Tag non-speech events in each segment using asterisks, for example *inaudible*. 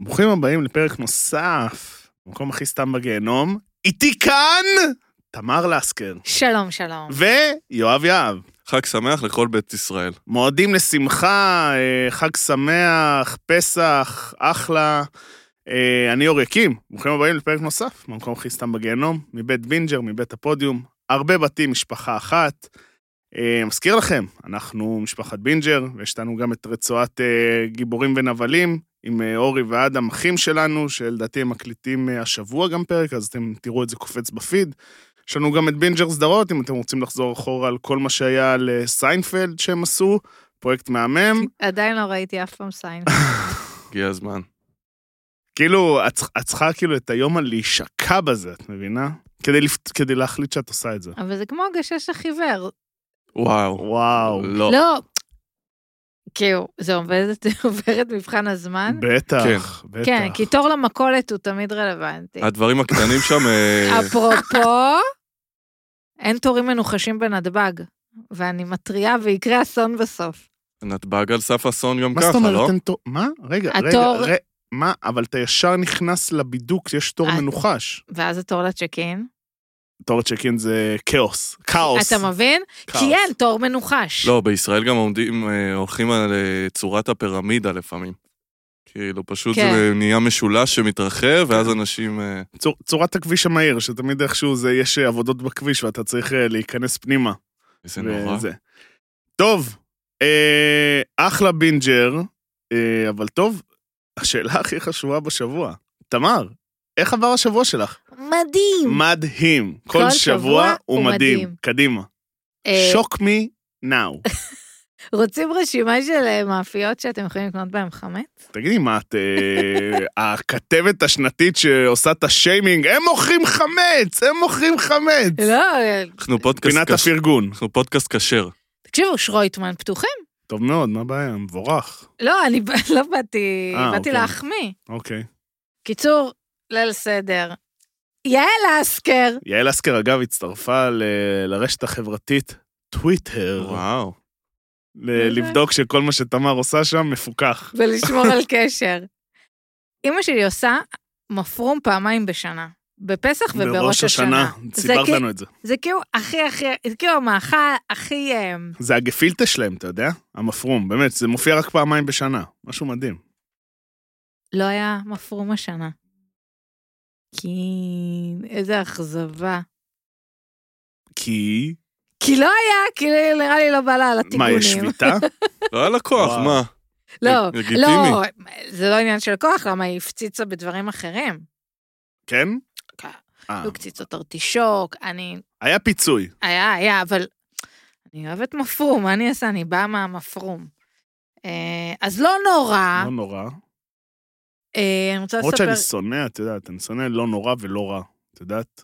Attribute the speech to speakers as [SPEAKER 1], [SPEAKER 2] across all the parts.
[SPEAKER 1] ברוכים הבאים לפרק נוסף, במקום הכי סתם בגיהנום. איתי כאן תמר לסקר
[SPEAKER 2] שלום, שלום.
[SPEAKER 1] ויואב יהב.
[SPEAKER 3] חג שמח לכל בית ישראל.
[SPEAKER 1] מועדים לשמחה, אה, חג שמח, פסח, אחלה. אה, אני אור יקים, ברוכים הבאים לפרק נוסף, במקום הכי סתם בגיהנום, מבית בינג'ר, מבית הפודיום, הרבה בתים, משפחה אחת. אה, מזכיר לכם, אנחנו משפחת בינג'ר, ויש לנו גם את רצועת אה, גיבורים ונבלים, עם אה, אורי ואדם, אחים שלנו, שלדעתי הם מקליטים אה, השבוע גם פרק, אז אתם תראו את זה קופץ בפיד. יש לנו גם את בינג'ר סדרות, אם אתם רוצים לחזור אחורה על כל מה שהיה לסיינפלד שהם עשו, פרויקט מהמם.
[SPEAKER 2] עדיין לא ראיתי אף פעם סיין.
[SPEAKER 3] הגיע הזמן.
[SPEAKER 1] כאילו, את צר- את צריכה כאילו את היום על להישקע בזה, את מבינה? כדי, לפ... כדי להחליט שאת עושה את זה.
[SPEAKER 2] אבל זה כמו הגשש החיוור. אה.
[SPEAKER 3] וואו.
[SPEAKER 1] וואו,
[SPEAKER 3] לא.
[SPEAKER 2] לא. כאילו, זה עובדת, *laughs* עוברת מבחן הזמן?
[SPEAKER 1] בטח,
[SPEAKER 3] כן.
[SPEAKER 1] בטח.
[SPEAKER 2] אה. כן, כי תור למכולת הוא תמיד רלוונטי.
[SPEAKER 3] הדברים הקטנים שם,
[SPEAKER 2] *laughs*
[SPEAKER 3] אה,
[SPEAKER 2] אפרופו, אין תורים מנוחשים בנתב"ג, ואני מתריעה ויקרה אסון בסוף.
[SPEAKER 3] נתב"ג על סף אסון גם
[SPEAKER 1] מה זאת
[SPEAKER 3] ככה, לא?
[SPEAKER 1] אומרת אין תור? מה? רגע,
[SPEAKER 2] התור-
[SPEAKER 1] רגע, רגע. מה? אבל אתה ישר נכנס לבידוק, יש תור
[SPEAKER 2] את-
[SPEAKER 1] מנוחש.
[SPEAKER 2] ואז התור לצ'ק אין.
[SPEAKER 1] תור צ'ק אין זה כאוס, כאוס.
[SPEAKER 2] אתה מבין?
[SPEAKER 1] כאוס.
[SPEAKER 2] כי אין תור מנוחש.
[SPEAKER 3] לא, בישראל גם עומדים, אה, הולכים על אה, צורת הפירמידה לפעמים. כאילו, פשוט
[SPEAKER 2] כן.
[SPEAKER 3] זה נהיה משולש שמתרחב, ואז
[SPEAKER 1] כן.
[SPEAKER 3] אנשים... אה,
[SPEAKER 1] צור, צורת הכביש המהיר, שתמיד איכשהו זה, יש אה, עבודות בכביש ואתה צריך אה, להיכנס פנימה.
[SPEAKER 3] זה נורא.
[SPEAKER 1] וזה. טוב, אה, אחלה בינג'ר, אה, אבל טוב, השאלה הכי חשובה בשבוע. תמר, איך עבר השבוע שלך?
[SPEAKER 2] מדהים.
[SPEAKER 1] מדהים. כל,
[SPEAKER 2] כל
[SPEAKER 1] שבוע
[SPEAKER 2] שבוע
[SPEAKER 1] הוא
[SPEAKER 2] הוא
[SPEAKER 1] מדהים.
[SPEAKER 2] מדהים.
[SPEAKER 1] קדימה.
[SPEAKER 2] אה,
[SPEAKER 1] שוק מי נאו.
[SPEAKER 2] רוצים רשימה של אה, מאפיות שאתם יכולים לקנות בהן חמץ?
[SPEAKER 1] תגידי, מה את... אה, הכתבת השנתית שעושה את השיימינג, הם מוכרים חמץ! הם מוכרים חמץ!
[SPEAKER 2] לא, אה,
[SPEAKER 3] אנחנו פודקאסט
[SPEAKER 1] פינת
[SPEAKER 3] כשר.
[SPEAKER 1] הפרגון.
[SPEAKER 3] אנחנו פודקאסט כשר.
[SPEAKER 2] תקשיבו, שרויטמן פתוחים.
[SPEAKER 1] טוב מאוד, מה הבעיה? מבורך.
[SPEAKER 2] לא, אני *laughs* ב- לא באתי,
[SPEAKER 1] אה,
[SPEAKER 2] באתי
[SPEAKER 1] אוקיי.
[SPEAKER 2] להחמיא.
[SPEAKER 1] אוקיי.
[SPEAKER 2] קיצור, ליל סדר. יעל אסקר,
[SPEAKER 1] יעל אסקר, אגב, הצטרפה ל- לרשת החברתית טוויטר,
[SPEAKER 3] וואו.
[SPEAKER 1] ל-
[SPEAKER 2] מה זה?
[SPEAKER 1] לבדוק שכל מה שתמר עושה שם מפוקח. *laughs*
[SPEAKER 2] ולשמור על קשר. אימא שלי עושה מפרום פעמיים בשנה. בפסח ובראש השנה. זה
[SPEAKER 1] סיפרת
[SPEAKER 2] כי-
[SPEAKER 1] לנו את זה.
[SPEAKER 2] זה כאילו הכי הכי, זה כאילו המאכל הכי... אה,
[SPEAKER 1] זה הגפילטה שלהם, אתה יודע? המפרום, באמת, זה מופיע רק פעמיים בשנה. משהו מדהים.
[SPEAKER 2] לא היה מפרום השנה. כי... איזה אכזבה.
[SPEAKER 1] כי...
[SPEAKER 2] כי לא היה, כי נראה לי לא בא לה על הטיגונים.
[SPEAKER 1] מה, יש שביתה?
[SPEAKER 3] לא היה לקוח,
[SPEAKER 1] וואו.
[SPEAKER 3] מה?
[SPEAKER 2] לא,
[SPEAKER 3] לגיטימי.
[SPEAKER 2] לא, זה לא עניין של כוח, למה היא הפציצה בדברים אחרים. *laughs*
[SPEAKER 1] כן?
[SPEAKER 2] כן.
[SPEAKER 1] אה,
[SPEAKER 2] היו קציצות ארטישוק, אני...
[SPEAKER 1] היה פיצוי.
[SPEAKER 2] היה, היה, אבל... אני אוהבת מפרום, מה אני אעשה? אני באה מהמפרום. אה, אז לא נורא,
[SPEAKER 1] לא נורא.
[SPEAKER 2] אה, אני רוצה
[SPEAKER 1] למרות
[SPEAKER 2] לספר...
[SPEAKER 1] שאני שונא, את יודעת, אני שונא לא נורא ולא רע, את יודעת?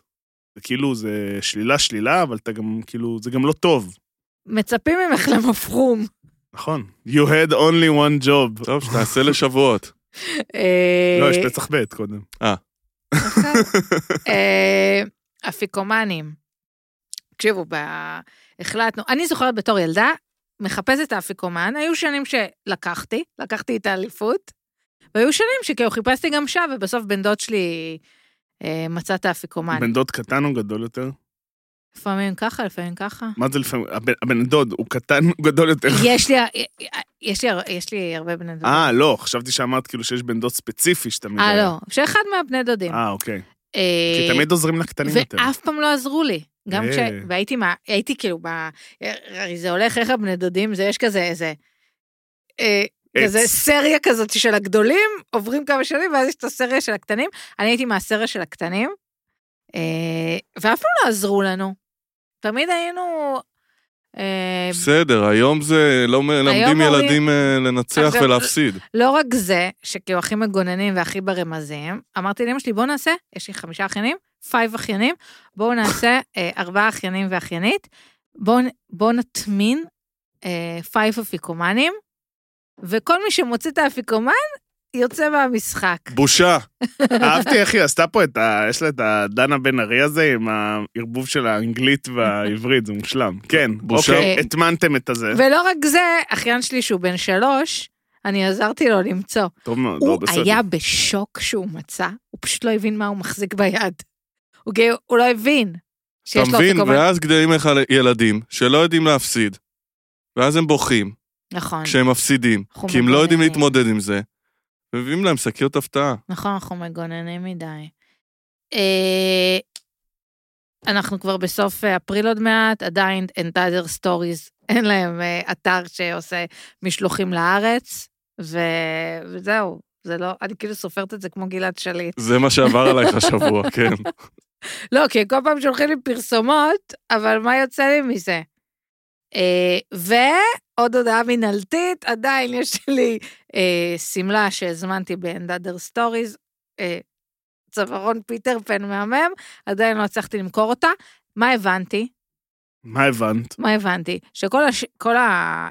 [SPEAKER 1] זה כאילו, זה שלילה שלילה, אבל אתה גם, כאילו, זה גם לא טוב.
[SPEAKER 2] מצפים ממך למפרום.
[SPEAKER 1] נכון. You had only one job.
[SPEAKER 3] טוב, שתעשה
[SPEAKER 2] *laughs*
[SPEAKER 3] לשבועות.
[SPEAKER 2] אה,
[SPEAKER 1] לא, יש פצח ב' קודם.
[SPEAKER 2] אה, אפיקומנים. תקשיבו, ב... החלטנו, אני זוכרת בתור ילדה, מחפשת האפיקומן, היו שנים שלקחתי, לקחתי את האליפות, והיו שנים שכאילו חיפשתי גם שם, ובסוף בן דוד שלי אה, מצא את האפיקומן.
[SPEAKER 1] בן דוד קטן או גדול יותר?
[SPEAKER 2] לפעמים ככה, לפעמים
[SPEAKER 1] *laughs*
[SPEAKER 2] ככה.
[SPEAKER 1] מה זה לפעמים? הבן, הבן דוד הוא קטן או גדול יותר?
[SPEAKER 2] יש לי, אה, יש לי, יש לי הרבה בני דודים.
[SPEAKER 1] אה, לא, חשבתי שאמרת כאילו שיש בן דוד ספציפי שאתה מבין.
[SPEAKER 2] אה, לא, שאחד מהבני דודים.
[SPEAKER 1] אה, אוקיי.
[SPEAKER 2] אה,
[SPEAKER 1] כי תמיד עוזרים לקטנים יותר.
[SPEAKER 2] ואף פעם לא עזרו לי. גם
[SPEAKER 1] אה.
[SPEAKER 2] כש... והייתי מה... הייתי כאילו ב... הרי זה הולך, איך הבני דודים, זה יש כזה איזה... אה,
[SPEAKER 1] עץ.
[SPEAKER 2] כזה סריה כזאת של הגדולים, עוברים כמה שנים, ואז יש את הסריה של הקטנים. אני הייתי מהסריה של הקטנים, אה, ואף פעם לא עזרו לנו. תמיד היינו... אה,
[SPEAKER 3] בסדר, היום זה לא
[SPEAKER 2] ההורים-
[SPEAKER 3] מלמדים ילדים אה, לנצח
[SPEAKER 2] עכשיו-
[SPEAKER 3] ולהפסיד.
[SPEAKER 2] לא רק זה, שכאילו הכי מגוננים והכי ברמזים, אמרתי לאמא שלי, בואו נעשה, יש לי חמישה אחיינים, פייב אחיינים, בואו
[SPEAKER 3] *laughs*
[SPEAKER 2] נעשה אה, ארבעה אחיינים ואחיינית, בואו נ- בואו נטמין אה, פייב אפיקומנים, וכל מי שמוצא את האפיקומן, יוצא מהמשחק. *laughs*
[SPEAKER 3] בושה.
[SPEAKER 1] אהבתי איך היא עשתה פה את ה... יש לה את הדנה בן ארי הזה עם הערבוב של האנגלית והעברית, זה מושלם. כן,
[SPEAKER 3] בושה.
[SPEAKER 1] אוקיי, הטמנתם את הזה.
[SPEAKER 2] ולא רק זה, אחיין שלי שהוא בן שלוש, אני עזרתי לו למצוא.
[SPEAKER 1] טוב מאוד, לא,
[SPEAKER 2] הוא
[SPEAKER 1] בסדר.
[SPEAKER 2] היה בשוק שהוא מצא, הוא פשוט לא הבין מה הוא מחזיק ביד. הוא גא- הוא לא הבין
[SPEAKER 3] אתה
[SPEAKER 2] שיש לו
[SPEAKER 3] מבין?
[SPEAKER 2] אפיקומן.
[SPEAKER 3] ואז גדלים לך ילדים שלא יודעים להפסיד, ואז הם בוכים
[SPEAKER 2] נכון,
[SPEAKER 3] כשהם מפסידים,
[SPEAKER 2] אנחנו
[SPEAKER 3] כי הם לא יודעים
[SPEAKER 2] מגוננים.
[SPEAKER 3] להתמודד עם זה, ומביאים להם שקיות הפתעה.
[SPEAKER 2] נכון, אנחנו מגוננים מדי. אה, אנחנו כבר בסוף אה, אפריל עוד מעט, עדיין Entizer Stories, *laughs* אין להם אה, אתר שעושה משלוחים לארץ, ו- וזהו, זה לא, אני כאילו סופרת את זה כמו גלעד שליט.
[SPEAKER 3] זה מה שעבר עלייך
[SPEAKER 2] *laughs*
[SPEAKER 3] השבוע, כן.
[SPEAKER 2] לא, כי כל פעם שולחים לי פרסומות, אבל מה יוצא לי מזה? אה, ועוד הודעה מנהלתית, עדיין יש לי אה, שמלה שהזמנתי באנדאדר סטוריז, אה, צווארון פיטר פן מהמם, עדיין לא הצלחתי למכור אותה. מה הבנתי?
[SPEAKER 1] מה הבנת?
[SPEAKER 2] מה הבנתי? שכל הש... כל ה...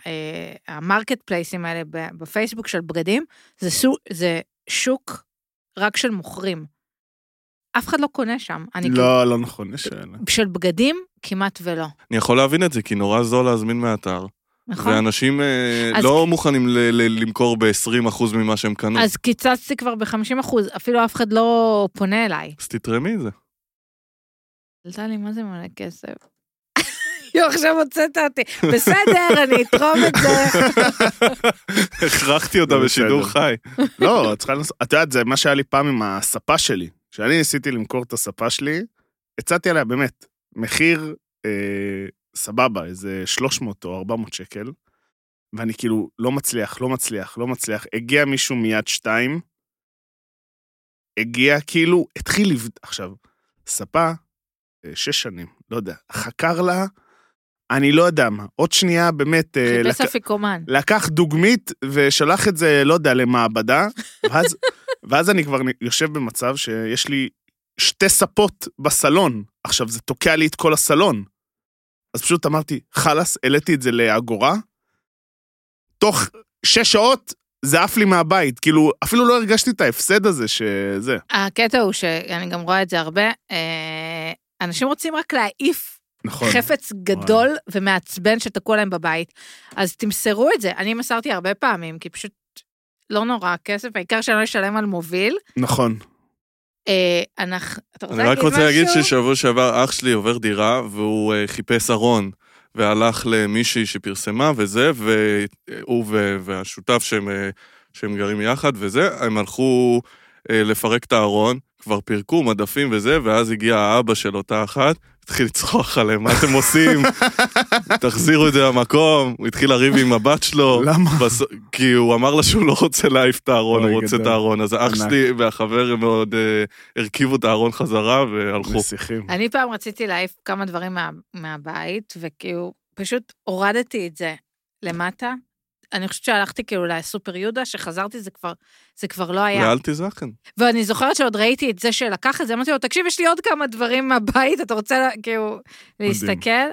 [SPEAKER 2] אה, המרקט פלייסים האלה ב- בפייסבוק של בגדים, זה, סו... זה שוק רק של מוכרים. אף אחד לא קונה שם. אני כאילו-
[SPEAKER 1] לא, לא נכון, יש שאלה.
[SPEAKER 2] של בגדים כמעט ולא,
[SPEAKER 3] אני יכול להבין את זה, כי נורא זול להזמין מהאתר,
[SPEAKER 2] נכון?
[SPEAKER 3] ואנשים אה,
[SPEAKER 2] אז-
[SPEAKER 3] לא מוכנים ל- ל- למכור ב-20% ממה שהם קנו.
[SPEAKER 2] אז קיצצתי כבר ב-50 אחוז, אפילו אף אחד לא פונה אליי.
[SPEAKER 3] אז תתרמי את זה.
[SPEAKER 2] עלתה לי מה זה מלא כסף. *laughs* יואו, עכשיו הוצאת אותי.
[SPEAKER 3] *laughs*
[SPEAKER 2] בסדר, אני אתרום את זה.
[SPEAKER 3] *laughs* הכרחתי אותה
[SPEAKER 1] זה
[SPEAKER 3] בשידור
[SPEAKER 1] בסדר.
[SPEAKER 3] חי.
[SPEAKER 1] לא, את צריכה לנסות, את יודעת, זה מה שהיה לי פעם עם הספה שלי. כשאני ניסיתי למכור את הספה שלי, הצעתי עליה באמת מחיר אה, סבבה, איזה 300 או 400 שקל, ואני כאילו לא מצליח, לא מצליח, לא מצליח. הגיע מישהו מיד שתיים, הגיע כאילו, התחיל לבד... עכשיו, ספה, אה, שש שנים, לא יודע, חקר לה, אני לא יודע מה. עוד שנייה, באמת... אה,
[SPEAKER 2] חיפש
[SPEAKER 1] לק-
[SPEAKER 2] אפיקומן.
[SPEAKER 1] לקח דוגמית ושלח את זה, לא יודע, למעבדה, ואז, ואז אני כבר יושב במצב שיש לי שתי ספות בסלון. עכשיו, זה תוקע לי את כל הסלון. אז פשוט אמרתי, חלאס, העליתי את זה לאגורה. תוך שש שעות זה עף לי מהבית. כאילו, אפילו לא הרגשתי את ההפסד הזה שזה.
[SPEAKER 2] הקטע הוא שאני גם רואה את זה הרבה, אה, אנשים רוצים רק להעיף
[SPEAKER 1] נכון.
[SPEAKER 2] חפץ גדול ומעצבן שתקוע להם בבית, אז תמסרו את זה. אני מסרתי הרבה פעמים, כי פשוט לא נורא כסף, העיקר שאני לא אשלם על מוביל.
[SPEAKER 1] נכון.
[SPEAKER 2] אה, אנחנו, אתה רוצה
[SPEAKER 3] אני רק
[SPEAKER 2] להגיד
[SPEAKER 3] רוצה להגיד
[SPEAKER 2] משהו?
[SPEAKER 3] ששבוע שעבר אח שלי עובר דירה, והוא אה, חיפש ארון, והלך למישהי שפרסמה וזה, והוא ו- והשותף שהם, אה, שהם גרים יחד וזה, הם הלכו אה, לפרק את הארון, כבר פירקו מדפים וזה, ואז הגיע האבא של אותה אחת, התחיל לצחוח עליהם, מה אתם עושים? תחזירו את זה למקום, הוא התחיל לריב עם הבת שלו.
[SPEAKER 1] למה?
[SPEAKER 3] בס- כי הוא אמר לה שהוא לא רוצה להעיף את הארון,
[SPEAKER 1] אוי,
[SPEAKER 3] הוא רוצה את
[SPEAKER 1] גדול.
[SPEAKER 3] הארון. אז האח
[SPEAKER 1] ענק.
[SPEAKER 3] שלי והחבר הם מאוד אה, הרכיבו את הארון חזרה והלכו.
[SPEAKER 1] נסיכים.
[SPEAKER 2] אני פעם רציתי להעיף כמה דברים מה, מהבית, וכאילו, פשוט הורדתי את זה למטה. אני חושבת שהלכתי כאילו לסופר יהודה, שחזרתי, זה כבר, זה כבר לא היה.
[SPEAKER 3] לאל תזכן.
[SPEAKER 2] ואני זוכרת שעוד ראיתי את זה שלקח את זה, אמרתי לו, תקשיב, יש לי עוד כמה דברים מהבית, אתה רוצה לה- כאילו להסתכל?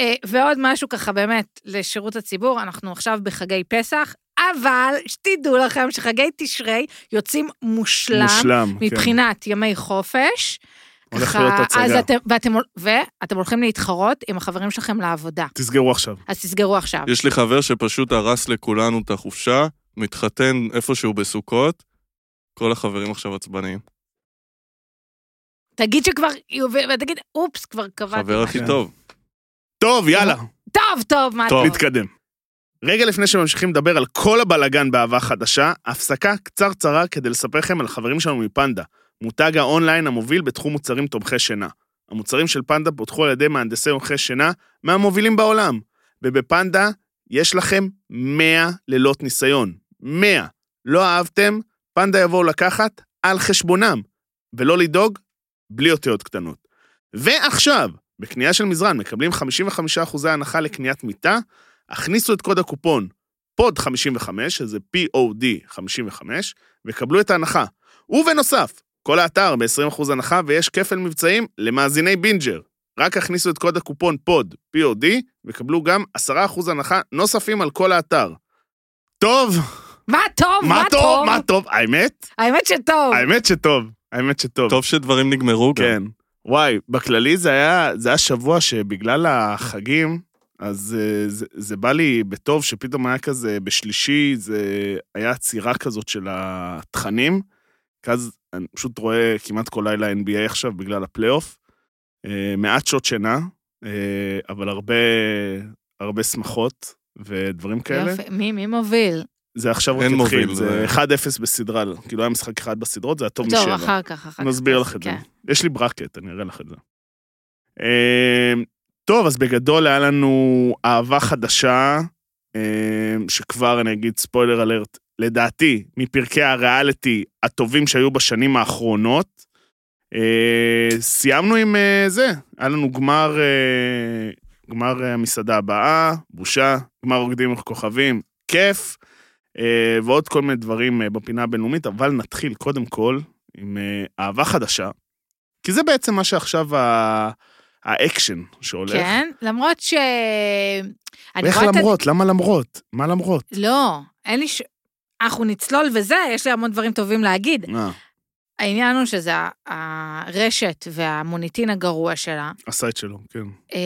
[SPEAKER 2] אה, ועוד משהו ככה באמת לשירות הציבור, אנחנו עכשיו בחגי פסח, אבל שתדעו לכם שחגי תשרי יוצאים מושלם.
[SPEAKER 1] מושלם. כן.
[SPEAKER 2] מבחינת ימי חופש.
[SPEAKER 1] הולך
[SPEAKER 2] ככה,
[SPEAKER 1] להיות הצגה.
[SPEAKER 2] אז אתם, ואתם, ואתם הולכים להתחרות עם החברים שלכם לעבודה.
[SPEAKER 1] תסגרו עכשיו.
[SPEAKER 2] אז תסגרו עכשיו.
[SPEAKER 3] יש לי חבר שפשוט הרס לכולנו את החופשה, מתחתן איפשהו בסוכות, כל החברים עכשיו עצבניים.
[SPEAKER 2] תגיד שכבר, ו- ותגיד, אופס, כבר קבעתי.
[SPEAKER 3] חבר
[SPEAKER 2] משהו."
[SPEAKER 3] הכי
[SPEAKER 1] כן.
[SPEAKER 3] טוב.
[SPEAKER 1] טוב, יאללה.
[SPEAKER 2] טוב, טוב, מה
[SPEAKER 3] טוב.
[SPEAKER 2] טוב.
[SPEAKER 1] נתקדם. רגע לפני שממשיכים לדבר על כל הבלגן באהבה חדשה, הפסקה קצרצרה כדי לספר לכם על החברים שלנו מפנדה, מותג האונליין המוביל בתחום מוצרים תומכי שינה. המוצרים של פנדה פותחו על ידי מהנדסי תומכי שינה מהמובילים בעולם, ובפנדה יש לכם 100 לילות ניסיון. 100. לא אהבתם, פנדה יבואו לקחת על חשבונם, ולא לדאוג, בלי אותיות קטנות. ועכשיו, בקנייה של מזרן מקבלים 55% הנחה לקניית מיטה, הכניסו את קוד הקופון פוד 55, שזה POD 55, וקבלו את ההנחה. ובנוסף, כל האתר ב-20% הנחה ויש כפל מבצעים למאזיני בינג'ר. רק הכניסו את קוד הקופון פוד POD וקבלו גם 10% הנחה נוספים על כל האתר. טוב,
[SPEAKER 2] מה טוב,
[SPEAKER 1] מה טוב, מה טוב, האמת,
[SPEAKER 2] האמת שטוב.
[SPEAKER 1] האמת שטוב, האמת שטוב.
[SPEAKER 3] טוב שדברים נגמרו גם.
[SPEAKER 1] כן. וואי, בכללי זה היה, זה היה שבוע שבגלל החגים, אז אה, זה, זה בא לי בטוב שפתאום היה כזה, בשלישי זה היה עצירה כזאת של התכנים, כי אז אני פשוט רואה כמעט כל לילה NBA עכשיו בגלל הפלייאוף. אה, מעט שעות שינה, אה, אבל הרבה, הרבה שמחות ודברים כאלה.
[SPEAKER 2] יופי, מי, מי מוביל?
[SPEAKER 1] זה עכשיו רק
[SPEAKER 3] אין
[SPEAKER 1] התחיל,
[SPEAKER 3] מוביל,
[SPEAKER 1] זה
[SPEAKER 3] זה-
[SPEAKER 1] 1-0 בסדרה, כאילו היה משחק אחד בסדרות, זה היה טוב
[SPEAKER 2] טוב,
[SPEAKER 1] משבע.
[SPEAKER 2] אחר כך, אחר כך.
[SPEAKER 1] נסביר לך את זה.
[SPEAKER 2] כן.
[SPEAKER 1] יש לי ברקט, אני אראה לך את זה. אמ, טוב, אז בגדול היה לנו אהבה חדשה, אמ, שכבר אני אגיד ספוילר אלרט, לדעתי, מפרקי הריאליטי הטובים שהיו בשנים האחרונות. אה, סיימנו עם אה, זה, היה לנו גמר, אה, גמר אה, המסעדה הבאה, בושה, גמר רוקדים עם כוכבים, כיף, אה, ועוד כל מיני דברים אה, בפינה הבינלאומית, אבל נתחיל קודם כל עם אה, אהבה חדשה, כי זה בעצם מה שעכשיו ה- האקשן שהולך.
[SPEAKER 2] כן, למרות ש... אני
[SPEAKER 1] איך
[SPEAKER 2] רואה את הד-
[SPEAKER 1] למרות? למה למרות? מה למרות?
[SPEAKER 2] לא, אין לי ש... אנחנו נצלול וזה, יש לי המון דברים טובים להגיד.
[SPEAKER 1] אה,
[SPEAKER 2] העניין הוא שזה ה- הרשת והמוניטין הגרוע שלה.
[SPEAKER 1] עשה את שלו, כן.
[SPEAKER 2] אה,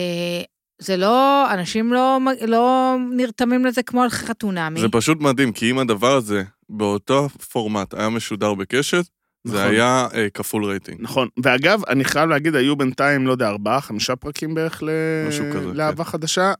[SPEAKER 2] זה לא, אנשים לא, מ- לא נרתמים לזה כמו על חתונמי.
[SPEAKER 3] זה פשוט מדהים, כי אם הדבר הזה, באותו פורמט, היה משודר בקשת,
[SPEAKER 1] נכון.
[SPEAKER 3] זה היה אה, כפול רייטינג.
[SPEAKER 1] נכון. ואגב, אני חייב להגיד, היו בינתיים, לא יודע, ארבעה, חמישה פרקים בערך ל...
[SPEAKER 3] משהו כזה, כן.
[SPEAKER 1] לאהבה חדשה,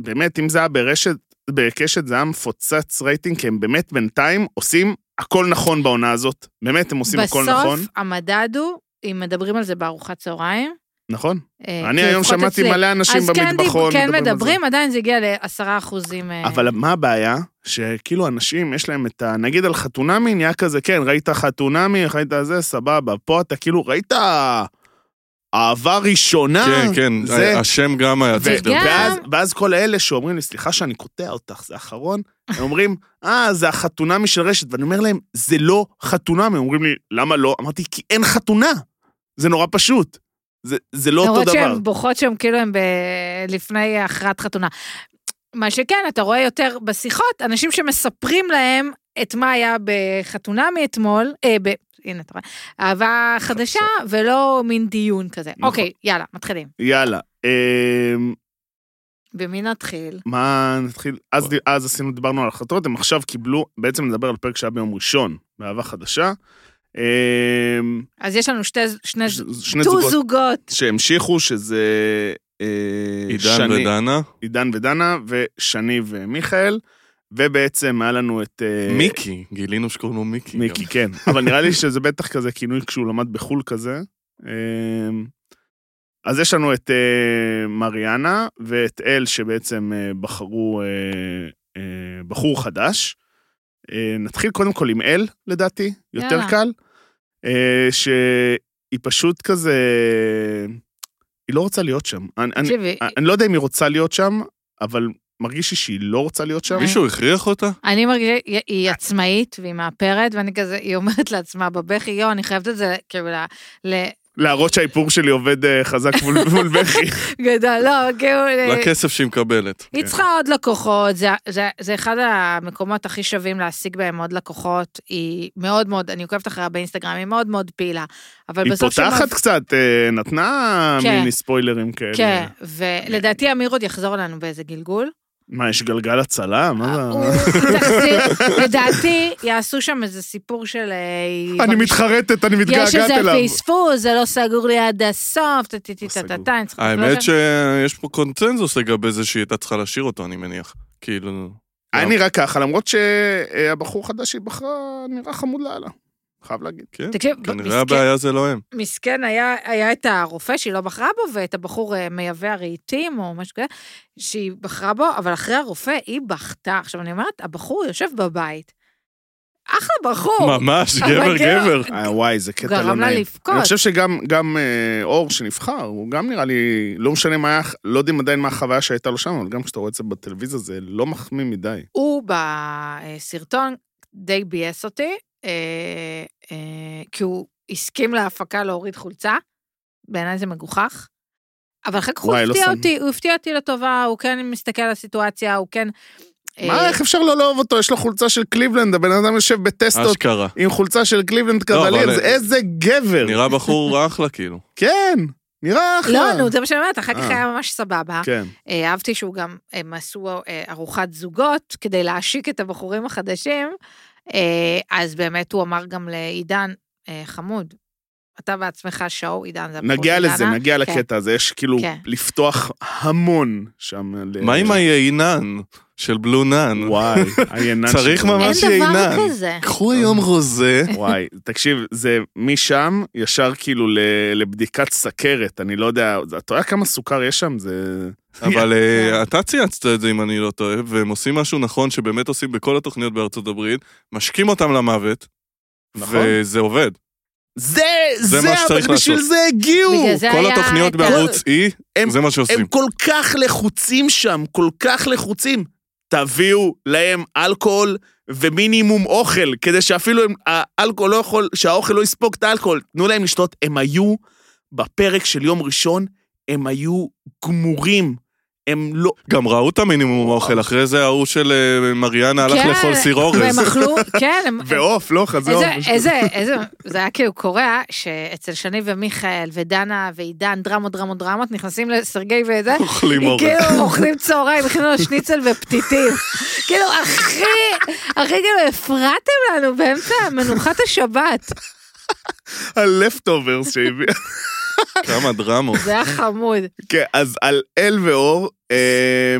[SPEAKER 1] ובאמת, אם זה היה ברשת, בקשת, זה היה מפוצץ רייטינג, כי הם באמת בינתיים עושים הכל נכון בעונה הזאת. באמת, הם עושים הכל נכון.
[SPEAKER 2] בסוף המדד הוא, אם מדברים על זה בארוחת צהריים,
[SPEAKER 1] נכון.
[SPEAKER 2] אה,
[SPEAKER 1] אני
[SPEAKER 2] כי
[SPEAKER 1] היום
[SPEAKER 2] לפחות
[SPEAKER 1] שמעתי
[SPEAKER 2] אצלי-
[SPEAKER 1] מלא אנשים במטבחון.
[SPEAKER 2] אז כן, דיב- כן
[SPEAKER 1] על זה.
[SPEAKER 2] מדברים, עדיין זה הגיע לעשרה אחוזים. אה,
[SPEAKER 1] אבל מה הבעיה? שכאילו אנשים, יש להם את ה... נגיד על חתונמי, נהיה כזה, כן, ראית חתונמי, ראית זה, סבבה. פה אתה כאילו, ראית אהבה ראשונה?
[SPEAKER 3] כן, כן,
[SPEAKER 1] זה-
[SPEAKER 3] ה- השם גם היה צריך
[SPEAKER 2] וגם-
[SPEAKER 3] להיות.
[SPEAKER 1] ואז, ואז כל האלה שאומרים לי, סליחה שאני קוטע אותך, זה האחרון, הם אומרים, אה, זה החתונמי של רשת, ואני אומר להם, זה לא חתונמי. הם אומרים לי, למה לא? אמרתי, כי אין חתונה. זה נורא פשוט. זה, זה לא אותו
[SPEAKER 2] למרות
[SPEAKER 1] דבר.
[SPEAKER 2] שהן בוכות שם כאילו הן ב... לפני הכרעת חתונה. מה שכן, אתה רואה יותר בשיחות, אנשים שמספרים להם את מה היה בחתונה מאתמול, אה, ב... הנה, אתה רואה, אהבה חדשה, ולא מין דיון כזה.
[SPEAKER 1] נכון.
[SPEAKER 2] אוקיי, יאללה, מתחילים.
[SPEAKER 1] יאללה. אמ,
[SPEAKER 2] במי נתחיל?
[SPEAKER 1] מה נתחיל? אז, אז עשינו, דיברנו על החלטות, הם עכשיו קיבלו, בעצם נדבר על פרק שהיה ביום ראשון, באהבה חדשה. אמ,
[SPEAKER 2] אז יש לנו שתי, שני,
[SPEAKER 1] ש- שני
[SPEAKER 2] טו
[SPEAKER 1] זוגות
[SPEAKER 2] זוגות.
[SPEAKER 1] שהמשיכו, שזה אה,
[SPEAKER 3] עידן
[SPEAKER 1] שני-
[SPEAKER 3] ודנה.
[SPEAKER 1] עידן ודנה, ושני ומיכאל, ובעצם היה לנו את... אה,
[SPEAKER 3] מיקי, גילינו שקוראים לו מיקי. גם.
[SPEAKER 1] מיקי, כן. אבל נראה לי שזה בטח כזה כינוי כשהוא למד בחו"ל כזה. אמ, אז יש לנו את אה, מריאנה ואת אל, שבעצם אה, בחרו אה, אה, בחור חדש. אה, נתחיל קודם כל עם אל, לדעתי, יותר
[SPEAKER 2] יאללה.
[SPEAKER 1] קל. אה, שהיא פשוט כזה... היא לא רוצה להיות שם. אני, אני,
[SPEAKER 2] תקשיבי,
[SPEAKER 1] אני לא יודע אם היא רוצה להיות שם, אבל מרגיש לי שהיא לא רוצה להיות שם.
[SPEAKER 3] מישהו הכריח אותה?
[SPEAKER 2] אני מרגישה, היא- היא עצמאית והיא מאפרת, ואני כזה, היא אומרת לעצמה בבכי, יואו, אני חייבת את זה, כאילו, ל- ל-
[SPEAKER 1] להראות שהאיפור שלי עובד אה, חזק
[SPEAKER 2] *laughs*
[SPEAKER 1] מול מול בכי.
[SPEAKER 2] גדול, לא, כאילו...
[SPEAKER 3] לכסף שהיא מקבלת.
[SPEAKER 1] כן.
[SPEAKER 2] היא צריכה עוד לקוחות, זה, זה, זה אחד המקומות הכי שווים להשיג בהם עוד לקוחות. היא מאוד מאוד, אני עוקבת אחריה באינסטגרם, היא מאוד מאוד פעילה. אבל
[SPEAKER 1] היא
[SPEAKER 2] בסוף
[SPEAKER 1] פותחת
[SPEAKER 2] שמוב-
[SPEAKER 1] קצת, אה, נתנה
[SPEAKER 2] כן.
[SPEAKER 1] מיני ספוילרים כאלה.
[SPEAKER 2] כן, ולדעתי אמיר עוד יחזור אלינו באיזה גלגול.
[SPEAKER 1] מה, יש גלגל הצלה? מה
[SPEAKER 2] הוא
[SPEAKER 1] זה?
[SPEAKER 2] תחזיר, לדעתי יעשו שם איזה סיפור של... אה,
[SPEAKER 1] אני מתחרטת, אני
[SPEAKER 2] יש
[SPEAKER 1] מתגעגעת
[SPEAKER 2] איזה
[SPEAKER 1] אליו. לא
[SPEAKER 2] פספוס, זה לא סגור לי עד הסוף, טה-טה-טה-טה-טה, אני צריכה...
[SPEAKER 3] האמת שיש פה קונצנזוס לגבי זה שהיא הייתה צריכה להשאיר אותו, אני מניח. כאילו...
[SPEAKER 1] אני רק ככה, למרות שהבחור חדש שהיא בחרה נראה חמוד לאללה. חייב להגיד.
[SPEAKER 3] כן,
[SPEAKER 2] תקשיב,
[SPEAKER 3] כנראה
[SPEAKER 2] מסכן.
[SPEAKER 3] הבעיה זה לא הם.
[SPEAKER 2] מסכן, היה, היה את הרופא שהיא לא בחרה בו, ואת הבחור אה, מייבא הרהיטים או משהו כזה, שהיא בחרה בו, אבל אחרי הרופא היא בכתה. עכשיו, אני אומרת, הבחור יושב בבית. אחלה בחור.
[SPEAKER 3] ממש,
[SPEAKER 2] לא. אבל
[SPEAKER 3] גבר
[SPEAKER 2] כאילו-
[SPEAKER 3] גבר.
[SPEAKER 1] אה, וואי, זה קטע לא
[SPEAKER 2] גרם לה
[SPEAKER 1] נעים.
[SPEAKER 2] לבכות.
[SPEAKER 1] אני חושב שגם גם, אה, אור שנבחר, הוא גם נראה לי, לא משנה מה היה, לא יודעים עדיין מה החוויה שהייתה לו שם, אבל גם כשאתה רואה את זה בטלוויזיה, זה לא מחמיא מדי.
[SPEAKER 2] הוא בסרטון די ביאס אותי, אה, אה, כי הוא הסכים להפקה להוריד חולצה. בעיניי זה מגוחך. אבל אחר כך הוא
[SPEAKER 1] וואי, לא
[SPEAKER 2] הפתיע
[SPEAKER 1] שמתי.
[SPEAKER 2] אותי, הוא הפתיע אותי לטובה, הוא כן מסתכל על הסיטואציה, הוא כן...
[SPEAKER 1] מה,
[SPEAKER 2] אה,
[SPEAKER 1] איך אפשר לא לאהוב אותו? יש לו חולצה של קליבלנד, הבן אדם יושב בטסטות
[SPEAKER 3] אשכרה.
[SPEAKER 1] עם חולצה של קליבלנד
[SPEAKER 3] לא, אבל-
[SPEAKER 1] קבלירס, איזה גבר.
[SPEAKER 2] *laughs*
[SPEAKER 3] נראה בחור אחלה, כאילו.
[SPEAKER 1] כן, נראה אחלה.
[SPEAKER 2] לא, נו, זה מה שאני אומרת, אחר כך
[SPEAKER 1] אה.
[SPEAKER 2] היה ממש סבבה.
[SPEAKER 1] כן.
[SPEAKER 2] אה, אהבתי שהוא גם, הם עשו אה, ארוחת זוגות כדי להשיק את הבחורים החדשים, אה, אז באמת הוא אמר גם לעידן, אה, חמוד, אתה בעצמך שואו, עידן זה הבחור
[SPEAKER 1] נגיע
[SPEAKER 2] של
[SPEAKER 1] לזה,
[SPEAKER 2] דנה."
[SPEAKER 1] נגיע
[SPEAKER 2] כן.
[SPEAKER 1] לקטע הזה, יש כאילו
[SPEAKER 2] כן.
[SPEAKER 1] לפתוח המון שם. ל-
[SPEAKER 3] מה עם היינן של בלו נאן?
[SPEAKER 1] אה, וואי, היינן
[SPEAKER 3] צריך
[SPEAKER 1] שלו.
[SPEAKER 3] ממש
[SPEAKER 2] אין דבר
[SPEAKER 3] עינן.
[SPEAKER 2] כזה.
[SPEAKER 3] קחו היום רוזה.
[SPEAKER 1] וואי, תקשיב, זה משם ישר כאילו ל- לבדיקת סכרת, אני לא יודע, אתה יודע כמה סוכר יש שם? זה...
[SPEAKER 3] אבל אה,
[SPEAKER 2] כן.
[SPEAKER 3] אתה צייצת את זה, אם אני לא טועה, והם עושים משהו נכון שבאמת עושים בכל התוכניות בארצות הברית, משקים אותם למוות,
[SPEAKER 1] נכון.
[SPEAKER 3] וזה עובד.
[SPEAKER 1] זה,
[SPEAKER 3] זה
[SPEAKER 1] זה,
[SPEAKER 3] מה שצריך
[SPEAKER 1] אבל בשביל
[SPEAKER 3] לעשות.
[SPEAKER 1] זה הגיעו.
[SPEAKER 2] בגלל זה
[SPEAKER 3] כל
[SPEAKER 2] היה
[SPEAKER 3] התוכניות
[SPEAKER 2] את ה-
[SPEAKER 3] בערוץ E,
[SPEAKER 1] הם-
[SPEAKER 3] זה מה שעושים.
[SPEAKER 1] הם כל כך לחוצים שם, כל כך לחוצים. תביאו להם אלכוהול ומינימום אוכל, כדי שאפילו הם, האלכוהול לא יכול, שהאוכל לא יספוג את האלכוהול. תנו להם לשתות. הם היו, בפרק של יום ראשון, הם היו גמורים. הם לא...
[SPEAKER 3] גם ראו את המינימום האוכל, אחרי זה ההוא של אה, מריאנה הלך
[SPEAKER 2] כן,
[SPEAKER 3] לאכול סיר אורז.
[SPEAKER 2] והם אכלו, כן,
[SPEAKER 1] *laughs*
[SPEAKER 2] הם...
[SPEAKER 1] ועוף, לא, חזור.
[SPEAKER 2] איזה, איזה, איזה, זה היה כאילו קורע שאצל שני ומיכאל ודנה ועידן, דרמות, דרמות, דרמות, נכנסים לסרגי וזה,
[SPEAKER 3] אוכלים אורז.
[SPEAKER 1] *laughs*
[SPEAKER 2] כאילו אוכלים צהריים, הכינו לו שניצל ופתיתים. כאילו, אחי, אחי, כאילו, הפרעתם לנו באמצע מנוחת השבת.
[SPEAKER 1] הלפטוברס שהביא.
[SPEAKER 3] כמה דרמות.
[SPEAKER 2] זה היה חמוד.
[SPEAKER 1] *laughs* כן, אז על אל ואור, אה,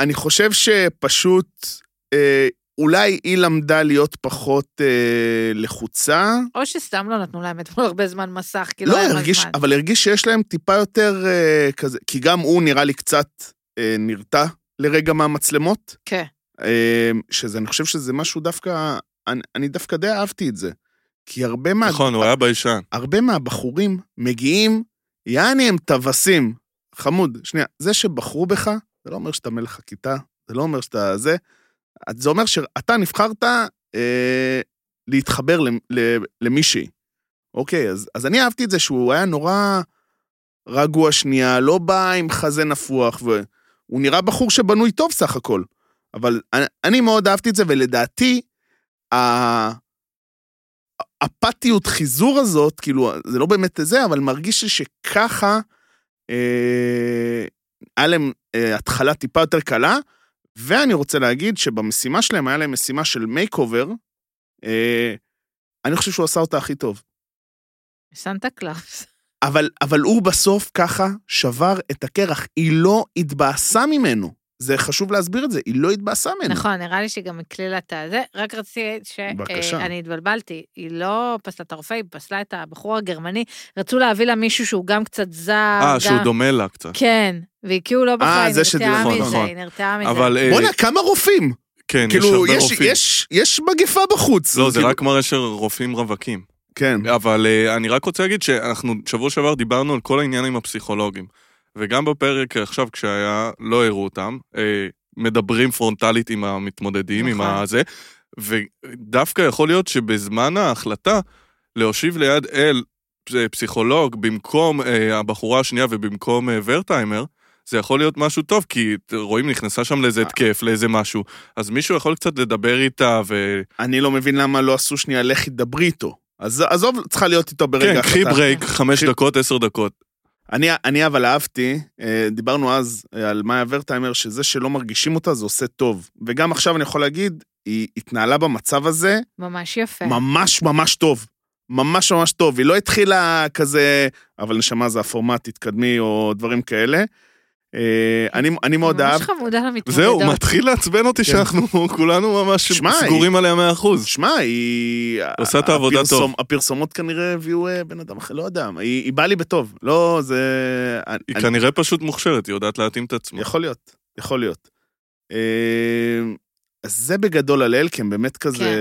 [SPEAKER 1] אני חושב שפשוט אה, אולי היא למדה להיות פחות אה, לחוצה.
[SPEAKER 2] או שסתם לא נתנו להם אתמול הרבה זמן מסך, כי לא
[SPEAKER 1] לא,
[SPEAKER 2] היה להם
[SPEAKER 1] הרגיש,
[SPEAKER 2] זמן.
[SPEAKER 1] אבל הרגיש שיש להם טיפה יותר אה, כזה, כי גם הוא נראה לי קצת אה, נרתע לרגע מהמצלמות.
[SPEAKER 2] כן.
[SPEAKER 1] אה, שזה, אני חושב שזה משהו דווקא, אני, אני דווקא די אהבתי את זה. כי הרבה, מה,
[SPEAKER 3] נכון, הוא היה ביישן.
[SPEAKER 1] הרבה מהבחורים מגיעים, יעני הם טווסים. חמוד, שנייה, זה שבחרו בך, זה לא אומר שאתה מלך הכיתה, זה לא אומר שאתה זה, זה אומר שאתה נבחרת אה, להתחבר למ- ל- למישהי. אוקיי, אז, אז אני אהבתי את זה שהוא היה נורא רגוע שנייה, לא בא עם חזה נפוח, והוא נראה בחור שבנוי טוב סך הכל. אבל אני, אני מאוד אהבתי את זה, ולדעתי, ה- האפתיות חיזור הזאת, כאילו, זה לא באמת זה, אבל מרגיש לי שככה, אה, היה להם אה, התחלה טיפה יותר קלה, ואני רוצה להגיד שבמשימה שלהם, היה להם משימה של מייק אובר, אה, אני חושב שהוא עשה אותה הכי טוב.
[SPEAKER 2] סנטה קלאוס.
[SPEAKER 1] אבל, אבל הוא בסוף ככה שבר את הקרח, היא לא התבאסה ממנו. זה חשוב להסביר את זה, היא לא התבאסה ממנו.
[SPEAKER 2] נכון, נראה לי שהיא גם הקלילה את הזה. רק רציתי ש...
[SPEAKER 1] בבקשה.
[SPEAKER 2] אה, אני התבלבלתי. היא לא פסלה את הרופא, היא פסלה את הבחור הגרמני. רצו להביא לה מישהו שהוא גם קצת זר.
[SPEAKER 3] אה, שהוא
[SPEAKER 2] גם-
[SPEAKER 3] דומה לה קצת.
[SPEAKER 2] כן, והיא כאילו לא בחרה, היא
[SPEAKER 1] זה שזה-
[SPEAKER 2] נרתעה
[SPEAKER 1] נכון,
[SPEAKER 2] מזה,
[SPEAKER 3] נכון.
[SPEAKER 2] היא נרתעה מזה.
[SPEAKER 3] אבל, אה,
[SPEAKER 1] בואנה, כמה רופאים?
[SPEAKER 3] כן, יש
[SPEAKER 1] כאילו,
[SPEAKER 3] הרבה
[SPEAKER 1] יש,
[SPEAKER 3] רופאים.
[SPEAKER 1] יש, יש מגפה בחוץ.
[SPEAKER 3] לא, זה
[SPEAKER 1] כאילו-
[SPEAKER 3] רק מראה שרופאים רווקים.
[SPEAKER 1] כן.
[SPEAKER 3] אבל אה, אני רק רוצה להגיד שאנחנו שבוע שעבר דיברנו על כל העניין עם הפסיכולוגים. וגם בפרק עכשיו כשהיה, לא הראו אותם, אה, מדברים פרונטלית עם המתמודדים, עם
[SPEAKER 2] נכון.
[SPEAKER 3] הזה, ודווקא יכול להיות שבזמן ההחלטה להושיב ליד אל אה, פסיכולוג במקום אה, הבחורה השנייה ובמקום אה, ורטהיימר, זה יכול להיות משהו טוב, כי רואים נכנסה שם לאיזה התקף, לאיזה משהו, אז מישהו יכול קצת לדבר איתה ו...
[SPEAKER 1] אני לא מבין למה לא עשו שנייה, לכי דברי איתו. אז עזוב, צריכה להיות איתו ברגע
[SPEAKER 3] כן, קחי
[SPEAKER 1] החלטה.
[SPEAKER 3] ברייק, חמש
[SPEAKER 1] קחי-
[SPEAKER 3] דקות, עשר דקות.
[SPEAKER 1] אני, אני אבל אהבתי, אה, דיברנו אז אה, על מאיה ורטהיימר, שזה שלא מרגישים אותה זה עושה טוב. וגם עכשיו אני יכול להגיד, היא התנהלה במצב הזה
[SPEAKER 2] ממש יפה.
[SPEAKER 1] ממש ממש טוב. ממש ממש טוב. היא לא התחילה כזה, אבל נשמה זה הפורמט, תתקדמי, או דברים כאלה. אה, אני, אני מאוד אהב.
[SPEAKER 2] ממש חמודה למתמודדות.
[SPEAKER 3] זהו, מתחיל לעצבן אותי
[SPEAKER 1] כן.
[SPEAKER 3] שאנחנו *laughs* כולנו ממש
[SPEAKER 1] שמע,
[SPEAKER 3] סגורים עליה מאה אחוז.
[SPEAKER 1] שמע, היא...
[SPEAKER 3] עושה את העבודה
[SPEAKER 1] הפרסום-
[SPEAKER 3] טוב.
[SPEAKER 1] הפרסומות כנראה הביאו אה, בן אדם אחר, לא יודע, היא, היא באה לי בטוב. לא, זה... אני,
[SPEAKER 3] היא
[SPEAKER 1] אני-
[SPEAKER 3] כנראה פשוט מוכשרת, היא יודעת להתאים את עצמה.
[SPEAKER 1] יכול להיות, יכול להיות. אה, אז זה בגדול על אל, כי הם באמת כזה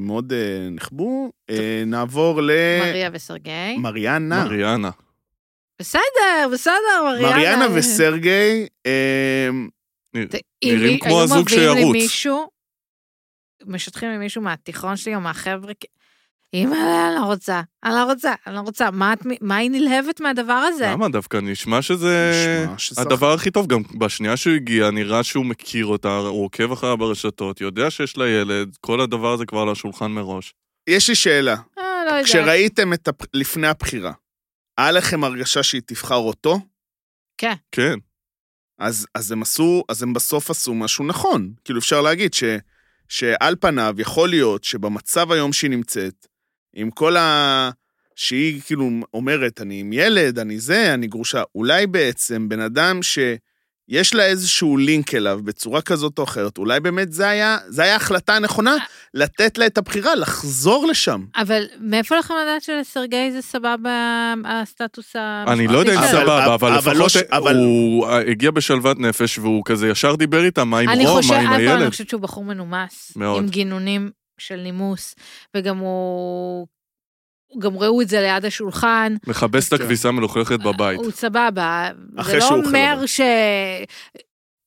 [SPEAKER 1] מאוד אה, נחבו. אה, נעבור ל...
[SPEAKER 2] מריה וסרגי.
[SPEAKER 1] מריאנה.
[SPEAKER 3] מריאנה.
[SPEAKER 2] בסדר, בסדר, מריאנה.
[SPEAKER 1] מריאנה וסרגי, אה,
[SPEAKER 3] נראים
[SPEAKER 2] אם-
[SPEAKER 3] כמו
[SPEAKER 2] היו
[SPEAKER 3] הזוג
[SPEAKER 2] מביאים לי
[SPEAKER 3] שירוץ.
[SPEAKER 2] מישהו, משטחים עם מישהו מהתיכון שלי או מהחבר'ה, כ- אמא, אני לא רוצה, אני לא רוצה, אני לא רוצה. מה את מ- מה היא נלהבת מהדבר הזה?
[SPEAKER 3] למה דווקא? נשמע שזה
[SPEAKER 1] נשמע שסך-
[SPEAKER 3] אה, הדבר הכי טוב. גם בשנייה שהוא הגיע, נראה שהוא מכיר אותה, הוא עוקב אחריה ברשתות, יודע שיש לה ילד, כל הדבר הזה כבר על השולחן מראש.
[SPEAKER 1] יש לי שאלה.
[SPEAKER 2] אה, לא יודעת.
[SPEAKER 1] כשראיתם את הפ- לפני הבחירה, היה לכם הרגשה שהיא תבחר אותו,
[SPEAKER 3] כן.
[SPEAKER 1] אז, אז הם עשו, אז הם בסוף עשו משהו נכון. כאילו, אפשר להגיד ש, שעל פניו יכול להיות שבמצב היום שהיא נמצאת, עם כל ה... שהיא כאילו אומרת, אני עם ילד, אני זה, אני גרושה, אולי בעצם בן אדם שיש לה איזשהו לינק אליו בצורה כזאת או אחרת, אולי באמת זה היה, זה היה ההחלטה הנכונה, לתת לה את הבחירה, לחזור לשם.
[SPEAKER 2] אבל מאיפה לכם לדעת שלסרגי זה סבבה הסטטוס המשפטי
[SPEAKER 3] אני לא יודע אם
[SPEAKER 1] אבל-
[SPEAKER 2] שלו?
[SPEAKER 3] סבבה, אבל
[SPEAKER 1] אבל לא
[SPEAKER 3] לפחות
[SPEAKER 1] ש- אבל-
[SPEAKER 3] הוא הגיע בשלוות נפש, והוא כזה ישר דיבר איתה, מה עם
[SPEAKER 2] אני
[SPEAKER 3] רום,
[SPEAKER 2] חושב,
[SPEAKER 3] מה עם
[SPEAKER 2] אגב, אני
[SPEAKER 3] הילד.
[SPEAKER 2] חושבת שהוא בחור מנומס.
[SPEAKER 3] מאוד.
[SPEAKER 2] עם גינונים של נימוס, וגם הוא... גם ראו את זה ליד השולחן,
[SPEAKER 3] מכבס את
[SPEAKER 1] כן.
[SPEAKER 3] הכביסה מלוכלכת בבית.
[SPEAKER 2] הוא סבבה. זה
[SPEAKER 1] אחרי
[SPEAKER 2] לא
[SPEAKER 1] שהוא אוכל,
[SPEAKER 2] אומר
[SPEAKER 1] אבל.
[SPEAKER 2] ש...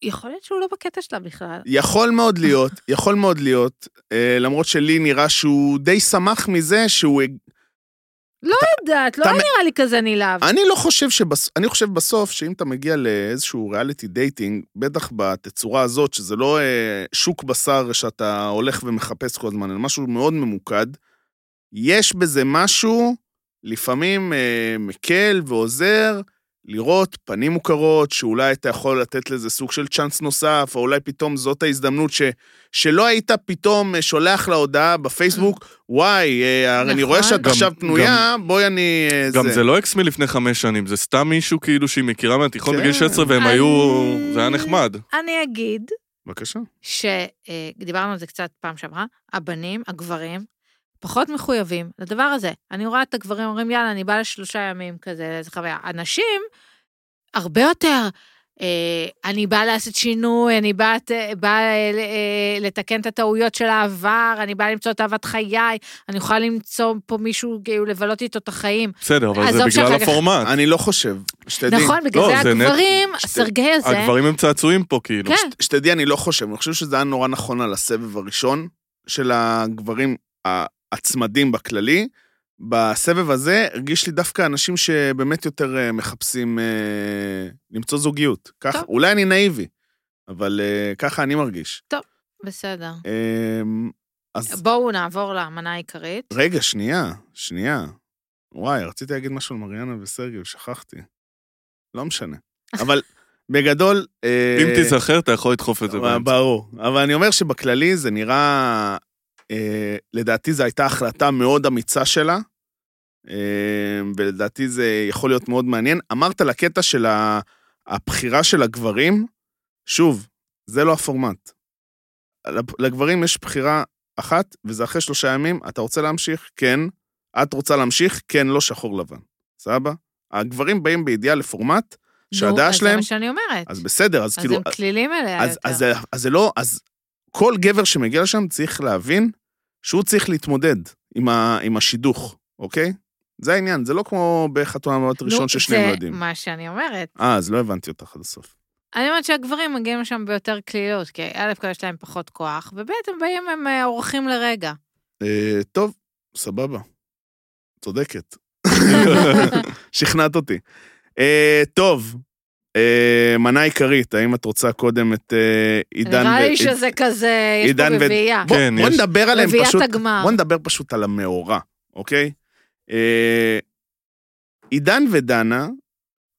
[SPEAKER 2] יכול להיות שהוא לא בקטע שלה בכלל.
[SPEAKER 1] יכול מאוד להיות, יכול מאוד להיות, אה, למרות שלי נראה שהוא די שמח מזה שהוא
[SPEAKER 2] יודעת, לא
[SPEAKER 1] אתה-
[SPEAKER 2] נראה לי כזה נלהב.
[SPEAKER 1] אני לא חושב שבס... אני חושב בסוף, שאם אתה מגיע לאיזשהו ריאליטי דייטינג, בטח בתצורה הזאת, שזה לא אה, שוק בשר שאתה הולך ומחפש כל הזמן, אלא משהו מאוד ממוקד, יש בזה משהו לפעמים אה, מקל ועוזר לראות פנים מוכרות, שאולי אתה יכול לתת לזה סוג של צ'אנס נוסף, או אולי פתאום זאת ההזדמנות ש... שלא היית פתאום אה, שולח לה הודעה בפייסבוק, וואי, אה, הרי אני רואה
[SPEAKER 2] נכון.
[SPEAKER 1] שאת
[SPEAKER 3] גם-
[SPEAKER 1] עכשיו פנויה, בואי אני... אה,
[SPEAKER 3] גם זה לא אקס מלפני חמש שנים, זה סתם מישהו כאילו שהיא מכירה מהתיכון
[SPEAKER 1] כן.
[SPEAKER 3] בגיל 16 והם
[SPEAKER 2] אני-
[SPEAKER 3] היו... זה היה נחמד.
[SPEAKER 2] אני אגיד
[SPEAKER 1] בבקשה.
[SPEAKER 2] שדיברנו על זה קצת פעם שעברה, הבנים, הגברים, פחות מחויבים לדבר הזה. אני רואה את הגברים אומרים, יאללה, אני באה לשלושה ימים כזה, איזה חוויה. הנשים, הרבה יותר. אה, אני באה לעשות שינוי, אני באה אה, באה, אה, אה, לתקן את הטעויות של העבר, אני באה למצוא את אהבת חיי, אני יכולה למצוא פה מישהו, כאילו, לבלות איתו את החיים.
[SPEAKER 3] בסדר, אבל זה
[SPEAKER 2] עזוב
[SPEAKER 3] בגלל
[SPEAKER 2] שאחר כך-
[SPEAKER 3] הפורמט.
[SPEAKER 1] אני לא חושב, שתדעי.
[SPEAKER 2] נכון, בגלל
[SPEAKER 3] לא,
[SPEAKER 2] זה
[SPEAKER 3] זה נט-
[SPEAKER 2] הגברים,
[SPEAKER 1] שת-
[SPEAKER 2] הסרגי הזה,
[SPEAKER 3] הגברים הם צעצועים פה כאילו.
[SPEAKER 2] כן.
[SPEAKER 1] שתדעי, אני לא חושב. אני חושב שזה היה נורא נכון על הסבב הראשון של הגברים הצמדים בכללי. בסבב הזה הרגיש לי דווקא אנשים שבאמת יותר אה, מחפשים אה, למצוא זוגיות. ככה,
[SPEAKER 2] טוב.
[SPEAKER 1] אולי אני נאיבי, אבל אה, ככה אני מרגיש.
[SPEAKER 2] בסדר.
[SPEAKER 1] אה, אז
[SPEAKER 2] בואו נעבור לאמנה העיקרית.
[SPEAKER 1] רגע, שנייה, שנייה. וואי, רציתי להגיד משהו על מריאנה וסרגי ושכחתי. לא משנה. אבל בגדול... אה,
[SPEAKER 3] אם תיזכר, אתה יכול לדחוף את זה באמצע.
[SPEAKER 1] ברור. אבל אני אומר שבכללי זה נראה... אה, לדעתי זו הייתה החלטה מאוד אמיצה שלה, אה, ולדעתי זה יכול להיות מאוד מעניין. אמרת לקטע של ה- הבחירה של הגברים, שוב, זה לא הפורמט. לב- לגברים יש בחירה אחת, וזה אחרי שלושה ימים, אתה רוצה להמשיך? כן. את רוצה להמשיך? כן, לא שחור לבן. סבבה? הגברים באים בידיעה לפורמט, שהדעה
[SPEAKER 2] נו, אז זה
[SPEAKER 1] שלהם-
[SPEAKER 2] מה שאני אומרת.
[SPEAKER 1] אז בסדר, אז,
[SPEAKER 2] אז
[SPEAKER 1] כאילו...
[SPEAKER 2] הם כלילים אליה
[SPEAKER 1] אז,
[SPEAKER 2] יותר.
[SPEAKER 1] אז, זה- אז זה לא, אז כל גבר שמגיע לשם צריך להבין שהוא צריך להתמודד עם, ה, עם השידוך, אוקיי? זה העניין, זה לא כמו בחתונה מאוד ראשון ששניהם לא יודעים.
[SPEAKER 2] זה מה שאני אומרת.
[SPEAKER 1] אה, אז לא הבנתי אותך עד הסוף.
[SPEAKER 2] אני אומרת שהגברים מגיעים לשם ביותר קלילות, כי א' כל יש להם פחות כוח, וב' הם באים, הם אה, אורחים לרגע.
[SPEAKER 1] אה, טוב, סבבה. צודקת. *laughs* שכנעת אותי. אה, טוב, אה, מנה עיקרית, האם את רוצה קודם את אה, עידן...
[SPEAKER 2] נראה
[SPEAKER 1] ו-
[SPEAKER 2] לי שזה כזה, יש פה
[SPEAKER 1] עידן ו-
[SPEAKER 2] רביעייה.
[SPEAKER 1] בוא,
[SPEAKER 3] כן,
[SPEAKER 1] בוא
[SPEAKER 3] יש.
[SPEAKER 1] נדבר עליהם
[SPEAKER 2] רביעיית
[SPEAKER 1] פשוט...
[SPEAKER 2] הגמר.
[SPEAKER 1] בוא נדבר פשוט על המאורע, אוקיי? אה, עידן ודנה,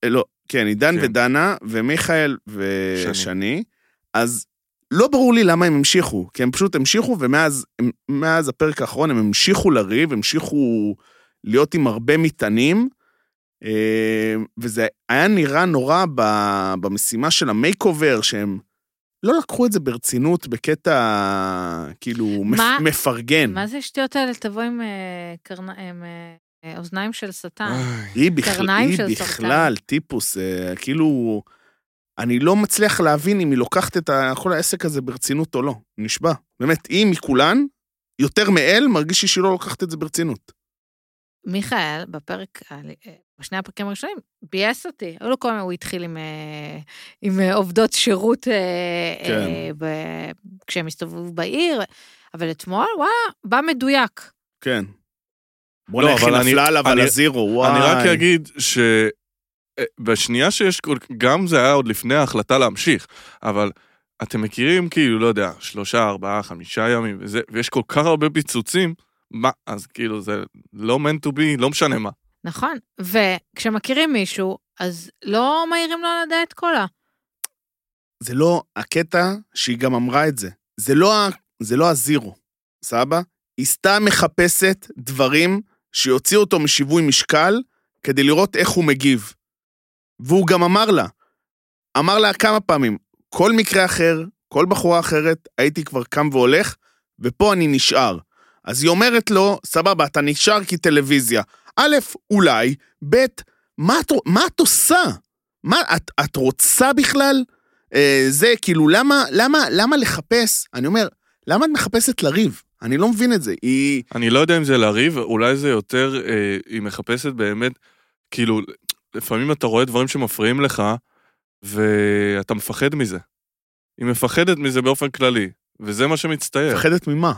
[SPEAKER 1] אה, לא, כן, עידן
[SPEAKER 3] כן.
[SPEAKER 1] ודנה, ומיכאל
[SPEAKER 3] שני.
[SPEAKER 1] ושני, אז לא ברור לי למה הם המשיכו, כי הם פשוט המשיכו, ומאז הם- מאז הפרק האחרון הם המשיכו לריב, המשיכו להיות עם הרבה מטענים, אה, וזה היה נראה נורא ב- במשימה של המייק אובר, שהם לא לקחו את זה ברצינות בקטע כאילו מפ-
[SPEAKER 2] מה-
[SPEAKER 1] מפרגן.
[SPEAKER 2] מה זה השטויות האלה? תבוא עם אה, קרנה- עם, אה, אה, אוזניים של
[SPEAKER 1] אה,
[SPEAKER 2] שטן.
[SPEAKER 3] איי,
[SPEAKER 1] היא בכלל,
[SPEAKER 2] קרניים
[SPEAKER 1] היא
[SPEAKER 2] של
[SPEAKER 1] בכלל טיפוס, אה, כאילו, אני לא מצליח להבין אם היא לוקחת את ה- כל העסק הזה ברצינות או לא, נשבע. באמת, היא מכולן, יותר מאל, מרגיש לי שהיא לא לוקחת את זה ברצינות.
[SPEAKER 2] מיכאל, בפרק, ה- אה, בשני הפרקים הראשונים, ביאס אותי. היו לו כל מיני, הוא התחיל עם, אה, עם אה, עובדות שירות אה,
[SPEAKER 1] כן.
[SPEAKER 2] אה, ב- כשהם הסתובבו בעיר, אבל אתמול, וואו, בא מדויק.
[SPEAKER 1] כן. בוא'נה,
[SPEAKER 3] לא,
[SPEAKER 1] איך היא
[SPEAKER 3] אבל אני-
[SPEAKER 1] נפלה עליו על
[SPEAKER 3] אני-
[SPEAKER 1] הזירו, וואי.
[SPEAKER 3] אני רק אגיד ש... אה, בשנייה שיש, כל- גם זה היה עוד לפני ההחלטה להמשיך, אבל אתם מכירים כאילו, לא יודע, שלושה, ארבעה, חמישה ימים, וזה, ויש כל כך הרבה פיצוצים, מה, אז כאילו זה לא meant to be, לא משנה מה.
[SPEAKER 2] נכון, וכשמכירים מישהו, אז לא מעירים לו על הדלת קולה.
[SPEAKER 1] זה לא הקטע שהיא גם אמרה את זה. זה לא, ה- זה לא הזירו, סבא? היא סתם מחפשת דברים שיוציאו אותו משיווי משקל כדי לראות איך הוא מגיב. והוא גם אמר לה, אמר לה כמה פעמים, כל מקרה אחר, כל בחורה אחרת, הייתי כבר קם והולך, ופה אני נשאר. אז היא אומרת לו, סבבה, אתה נשאר כי טלוויזיה. א', אולי, ב', מה את, מה את עושה? מה, את, את רוצה בכלל? אה, זה, כאילו, למה, למה, למה לחפש? אני אומר, למה את מחפשת לריב? אני לא מבין את זה. היא...
[SPEAKER 3] אני לא יודע אם זה לריב, אולי זה יותר, אה, היא מחפשת באמת, כאילו, לפעמים אתה רואה דברים שמפריעים לך, ואתה מפחד מזה. היא מפחדת מזה באופן כללי, וזה מה שמצטייר.
[SPEAKER 1] מפחדת ממה?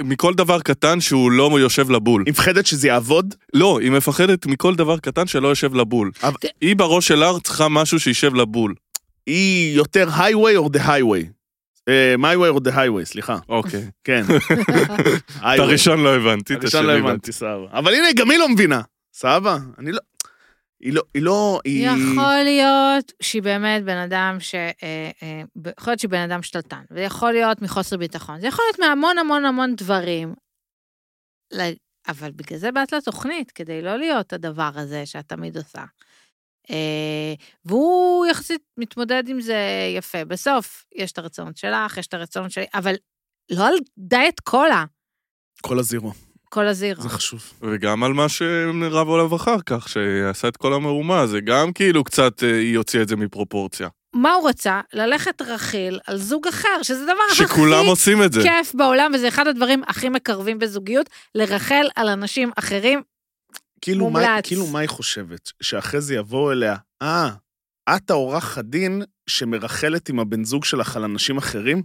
[SPEAKER 3] מכל דבר קטן שהוא לא יושב לבול.
[SPEAKER 1] היא מפחדת שזה יעבוד?
[SPEAKER 3] לא, היא מפחדת מכל דבר קטן שלא יושב לבול.
[SPEAKER 1] אבל-
[SPEAKER 3] היא בראש שלה צריכה משהו שישב לבול.
[SPEAKER 1] היא יותר highway or the highway? אה, my way or the highway, סליחה. *laughs*
[SPEAKER 3] אוקיי. *laughs*
[SPEAKER 1] כן.
[SPEAKER 3] את הראשון לא הבנתי, את
[SPEAKER 1] הראשון לא
[SPEAKER 3] השני הבנתי.
[SPEAKER 1] הבנתי, סבבה. אבל הנה, גם היא לא מבינה. סבבה? אני לא... היא לא... היא לא... היא...
[SPEAKER 2] יכול להיות שהיא באמת בן אדם ש... אה, אה, ב- יכול להיות שהיא בן אדם שתלטן, וזה יכול להיות מחוסר ביטחון, זה יכול להיות מהמון המון המון דברים. ל- אבל בגלל זה באת לתוכנית, כדי לא להיות הדבר הזה שאת תמיד עושה. אה, והוא יחסית מתמודד עם זה יפה. בסוף, יש את הרצון שלך, יש את הרצון שלי, אבל לא על דיאט קולה,
[SPEAKER 1] כל הזירו.
[SPEAKER 2] כל הזיר.
[SPEAKER 1] זה חשוב.
[SPEAKER 3] וגם על מה שרבו עליו אחר כך, שעשה את כל המהומה, זה גם כאילו קצת, אה, היא הוציאה את זה מפרופורציה.
[SPEAKER 2] מה הוא רצה? ללכת רכיל על זוג אחר, שזה דבר הכי...
[SPEAKER 3] שכולם עושים את זה.
[SPEAKER 2] כיף בעולם, וזה אחד הדברים הכי מקרבים בזוגיות, לרחל על אנשים אחרים.
[SPEAKER 1] כאילו, מה-
[SPEAKER 2] מומלץ.
[SPEAKER 1] כאילו, מה היא חושבת? שאחרי זה יבואו אליה, אה, את העורכת דין שמרחלת עם הבן זוג שלך על אנשים אחרים?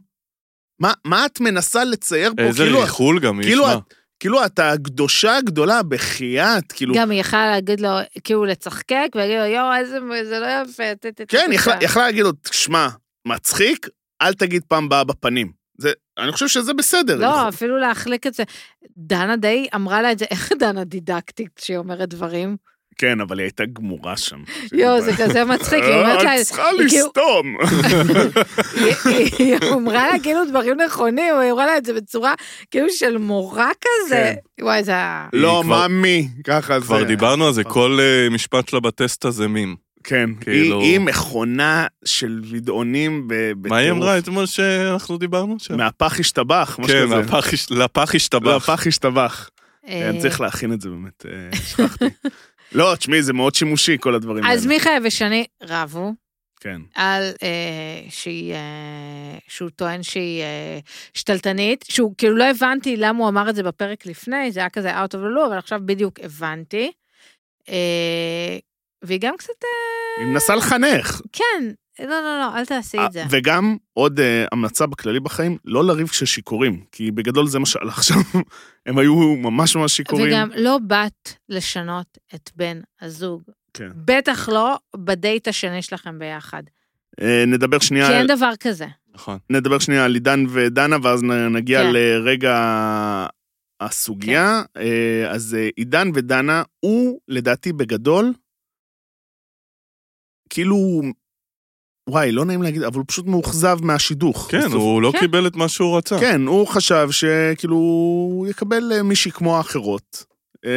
[SPEAKER 1] מה, מה את מנסה לצייר פה?
[SPEAKER 3] איזה
[SPEAKER 1] כאילו,
[SPEAKER 3] אה, ריחול גם, היא
[SPEAKER 1] כאילו
[SPEAKER 3] ישמע.
[SPEAKER 1] את- כאילו, את הקדושה הגדולה, בחייאת, כאילו...
[SPEAKER 2] גם היא יכלה להגיד לו, כאילו לצחקק, ולהגיד לו, יואו, איזה, זה לא יפה, ת- ת- ת-
[SPEAKER 1] כן,
[SPEAKER 2] ת-
[SPEAKER 1] יכלה,
[SPEAKER 2] ת-
[SPEAKER 1] יכלה להגיד לו, תשמע, מצחיק, אל תגיד פעם הבאה בפנים. זה, אני חושב שזה בסדר.
[SPEAKER 2] לא,
[SPEAKER 1] יכול-
[SPEAKER 2] אפילו להחליק את זה. דנה די אמרה לה את זה, איך דנה דידקטית כשהיא אומרת דברים?
[SPEAKER 1] כן, אבל היא הייתה גמורה שם. אה,
[SPEAKER 2] יואו,
[SPEAKER 1] *laughs*
[SPEAKER 2] זה כזה מצחיק, היא אומרת לה...
[SPEAKER 1] את כן, צריכה
[SPEAKER 2] היא כאילו-
[SPEAKER 1] לסתום.
[SPEAKER 2] היא- היא אמרה לה כאילו דברים נכונים, היא אמרה לה את זה בצורה כאילו של מורה כזה. וואי, *laughs* זה היה...
[SPEAKER 3] היא
[SPEAKER 1] כן. לא,
[SPEAKER 3] כבר-
[SPEAKER 1] מאמי, ככה זה.
[SPEAKER 3] כבר דיברנו על זה, כל אה, משפט שלה בטסט הזה מים.
[SPEAKER 1] כן,
[SPEAKER 3] כאילו-
[SPEAKER 1] היא- היא מכונה של מדעונים ב- בטירוף.
[SPEAKER 3] מה היא אמרה אתמול שאנחנו דיברנו שם?
[SPEAKER 1] מהפך השתבח, משהו
[SPEAKER 3] כן,
[SPEAKER 1] כזה.
[SPEAKER 3] הפח הש- לפח השתבח.
[SPEAKER 1] מהפך השתבח.
[SPEAKER 2] אה,
[SPEAKER 1] אני צריך להכין את זה באמת, אה, שכחתי. *laughs* לא, תשמעי, זה מאוד שימושי, כל הדברים האלה.
[SPEAKER 2] אז מיכאל ושני רבו.
[SPEAKER 1] כן.
[SPEAKER 2] על אה, שהיא, אה, שהוא טוען שהיא אה, שתלטנית, שהוא כאילו לא הבנתי למה הוא אמר את זה בפרק לפני, זה היה כזה out of the loop, אבל עכשיו בדיוק הבנתי. אה, והיא גם קצת, אה,
[SPEAKER 1] היא מנסה לחנך.
[SPEAKER 2] כן, לא, לא, לא, אל תעשי את זה.
[SPEAKER 1] אה, וגם עוד אה, המלצה בכללי בחיים, לא לריב כששיכורים, כי בגדול זה מה שעלה *laughs* עכשיו. הם היו ממש ממש שיכורים.
[SPEAKER 2] וגם לא באת לשנות את בן הזוג.
[SPEAKER 1] כן.
[SPEAKER 2] בטח לא בדייט השני שלכם ביחד.
[SPEAKER 1] אה, נדבר שנייה,
[SPEAKER 2] כי אין דבר כזה.
[SPEAKER 3] נכון.
[SPEAKER 1] נדבר שנייה על עידן ודנה, ואז נ- נגיע
[SPEAKER 2] כן.
[SPEAKER 1] לרגע הסוגיה. אה, אז אה, עידן ודנה, הוא לדעתי בגדול, כאילו, וואי, לא נעים להגיד, אבל הוא פשוט מאוכזב מהשידוך.
[SPEAKER 3] כן,
[SPEAKER 1] בסוף.
[SPEAKER 3] הוא לא
[SPEAKER 2] כן.
[SPEAKER 3] קיבל את מה שהוא רצה.
[SPEAKER 1] כן, הוא חשב שכאילו הוא יקבל אה, מישהי כמו האחרות, אה,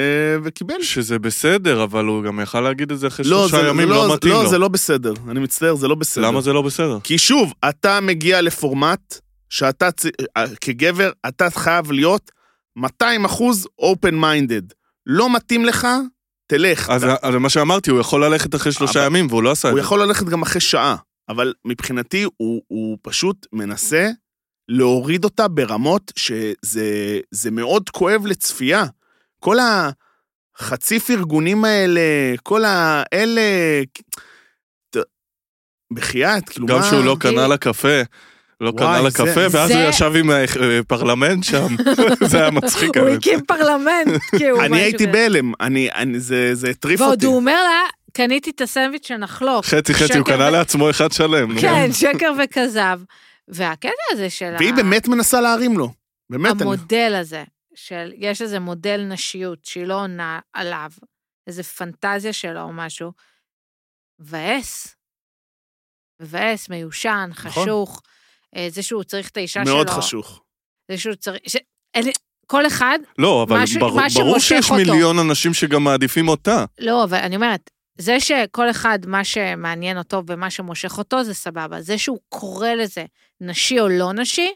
[SPEAKER 1] וקיבל.
[SPEAKER 3] שזה בסדר, אבל הוא גם יכל להגיד את זה אחרי
[SPEAKER 1] לא,
[SPEAKER 3] שלושה
[SPEAKER 1] זה-
[SPEAKER 3] ימים,
[SPEAKER 1] זה
[SPEAKER 3] לא מתאים
[SPEAKER 1] לא, זה
[SPEAKER 3] לו.
[SPEAKER 1] לא בסדר. אני מצטער, זה לא בסדר.
[SPEAKER 3] למה זה לא בסדר?
[SPEAKER 1] כי שוב, אתה מגיע לפורמט שאתה, צ- אה, כגבר, אתה חייב להיות 200 אחוז open minded. לא מתאים לך, תלך.
[SPEAKER 3] אז
[SPEAKER 1] אתה-
[SPEAKER 3] אז מה שאמרתי, הוא יכול ללכת אחרי שלושה
[SPEAKER 1] אבל-
[SPEAKER 3] ימים, והוא לא עשה את
[SPEAKER 1] הוא
[SPEAKER 3] זה.
[SPEAKER 1] יכול ללכת גם אחרי שעה, אבל מבחינתי הוא, הוא פשוט מנסה להוריד אותה ברמות שזה זה מאוד כואב לצפייה. כל החצי פרגונים האלה, כל האלה... ת- בחייאת, כאילו
[SPEAKER 3] גם
[SPEAKER 1] מה...
[SPEAKER 3] שהוא לא
[SPEAKER 2] כאילו-
[SPEAKER 3] קנה לה קפה. לא
[SPEAKER 1] וואי,
[SPEAKER 3] קנה לה
[SPEAKER 1] זה-
[SPEAKER 3] קפה, ואז
[SPEAKER 2] זה-
[SPEAKER 3] הוא ישב עם
[SPEAKER 2] *laughs*
[SPEAKER 3] הפרלמנט שם. *laughs* זה היה מצחיק.
[SPEAKER 2] הוא
[SPEAKER 3] האמת.
[SPEAKER 2] הקים פרלמנט, כאילו,
[SPEAKER 1] *laughs*
[SPEAKER 2] משהו
[SPEAKER 1] אני הייתי
[SPEAKER 2] כזה.
[SPEAKER 1] בהלם, אני, אני, זה, זה הטריף
[SPEAKER 2] ועוד
[SPEAKER 1] אותי.
[SPEAKER 2] הוא אומר לה, קניתי את הסנדוויץ' שנחלוק.
[SPEAKER 3] חצי חצי, הוא
[SPEAKER 2] שקר
[SPEAKER 3] קנה
[SPEAKER 2] ו-
[SPEAKER 3] לעצמו אחד שלם.
[SPEAKER 2] *laughs*
[SPEAKER 3] נו.
[SPEAKER 2] כן, שקר וכזב. והקטע הזה של
[SPEAKER 1] והיא באמת מנסה להרים לו. באמת, אני...
[SPEAKER 2] המודל הזה, של יש איזה מודל נשיות שהיא לא עונה עליו, איזה פנטזיה שלו או משהו. מבאס. מבאס, מיושן, חשוך. אה, זה שהוא צריך את האישה שלו.
[SPEAKER 1] נכון. מאוד חשוך.
[SPEAKER 2] זה שהוא צריך... ש... אין לי- כל אחד,
[SPEAKER 3] לא, אבל
[SPEAKER 2] משהו-
[SPEAKER 3] בר-
[SPEAKER 2] משהו
[SPEAKER 3] ברור
[SPEAKER 2] מושך
[SPEAKER 3] שיש
[SPEAKER 2] אותו.
[SPEAKER 3] מיליון אנשים שגם מעדיפים אותה.
[SPEAKER 2] לא, אבל אני אומרת, זה שכל אחד, מה שמעניין אותו ומה שמושך אותו, זה סבבה. זה שהוא קורא לזה נשי או לא נשי,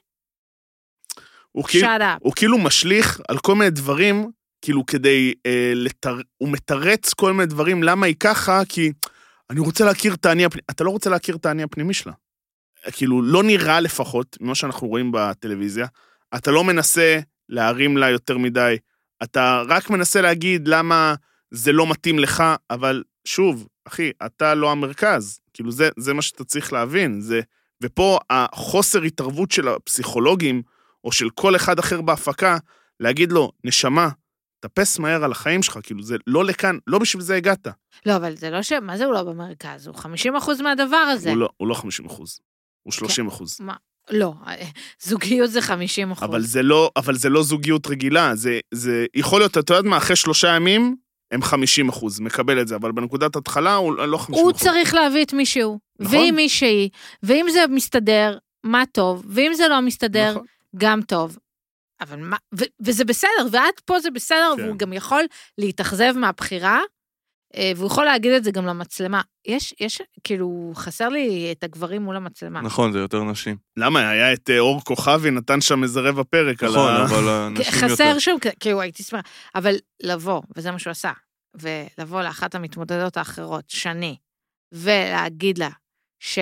[SPEAKER 1] הוא כאילו-
[SPEAKER 2] שאט אפ.
[SPEAKER 1] הוא כאילו משליך על כל מיני דברים, כאילו כדי... אה, לתר... הוא מתרץ כל מיני דברים, למה היא ככה? כי אני רוצה להכיר את האני הפנימי... אתה לא רוצה להכיר את האני הפנימי שלה. כאילו, לא נראה לפחות, ממה שאנחנו רואים בטלוויזיה, אתה לא מנסה להרים לה יותר מדי, אתה רק מנסה להגיד למה זה לא מתאים לך, אבל שוב, אחי, אתה לא המרכז. כאילו, זה, זה מה שאתה צריך להבין. זה... ופה החוסר התערבות של הפסיכולוגים או של כל אחד אחר בהפקה, להגיד לו, נשמה, טפס מהר על החיים שלך, כאילו, זה לא לכאן, לא בשביל זה הגעת.
[SPEAKER 2] לא, אבל זה לא ש... מה זה הוא לא במרכז? הוא 50% מהדבר הזה.
[SPEAKER 1] הוא לא, הוא לא 50 אחוז, הוא 30 אחוז.
[SPEAKER 2] לא, זוגיות זה 50 אחוז.
[SPEAKER 1] אבל זה לא, אבל זה לא זוגיות רגילה, זה, זה יכול להיות, אתה יודעת מה, אחרי שלושה ימים, הם 50 אחוז, מקבל את זה, אבל בנקודת התחלה הוא לא 50
[SPEAKER 2] הוא
[SPEAKER 1] אחוז.
[SPEAKER 2] צריך להביא את מישהו,
[SPEAKER 1] נכון.
[SPEAKER 2] ועם מישהי, ואם זה מסתדר, מה טוב, ואם זה לא מסתדר,
[SPEAKER 1] נכון.
[SPEAKER 2] גם טוב. אבל מה, ו- וזה בסדר, ועד פה זה בסדר,
[SPEAKER 1] כן.
[SPEAKER 2] והוא גם יכול להתאכזב מהבחירה, אה, והוא יכול להגיד את זה גם למצלמה. יש, יש, כאילו, חסר לי את הגברים מול המצלמה.
[SPEAKER 3] נכון, זה יותר נשים.
[SPEAKER 1] למה, היה את אה, אור כוכבי, נתן שם איזה רבע פרק על
[SPEAKER 3] נכון,
[SPEAKER 1] ה...
[SPEAKER 3] אבל הנשים יותר.
[SPEAKER 2] כן, חסר שם, כ- כאילו הייתי שמחה, אבל לבוא, וזה מה שהוא עשה, ולבוא לאחת המתמודדות האחרות, שני, ולהגיד לה ש...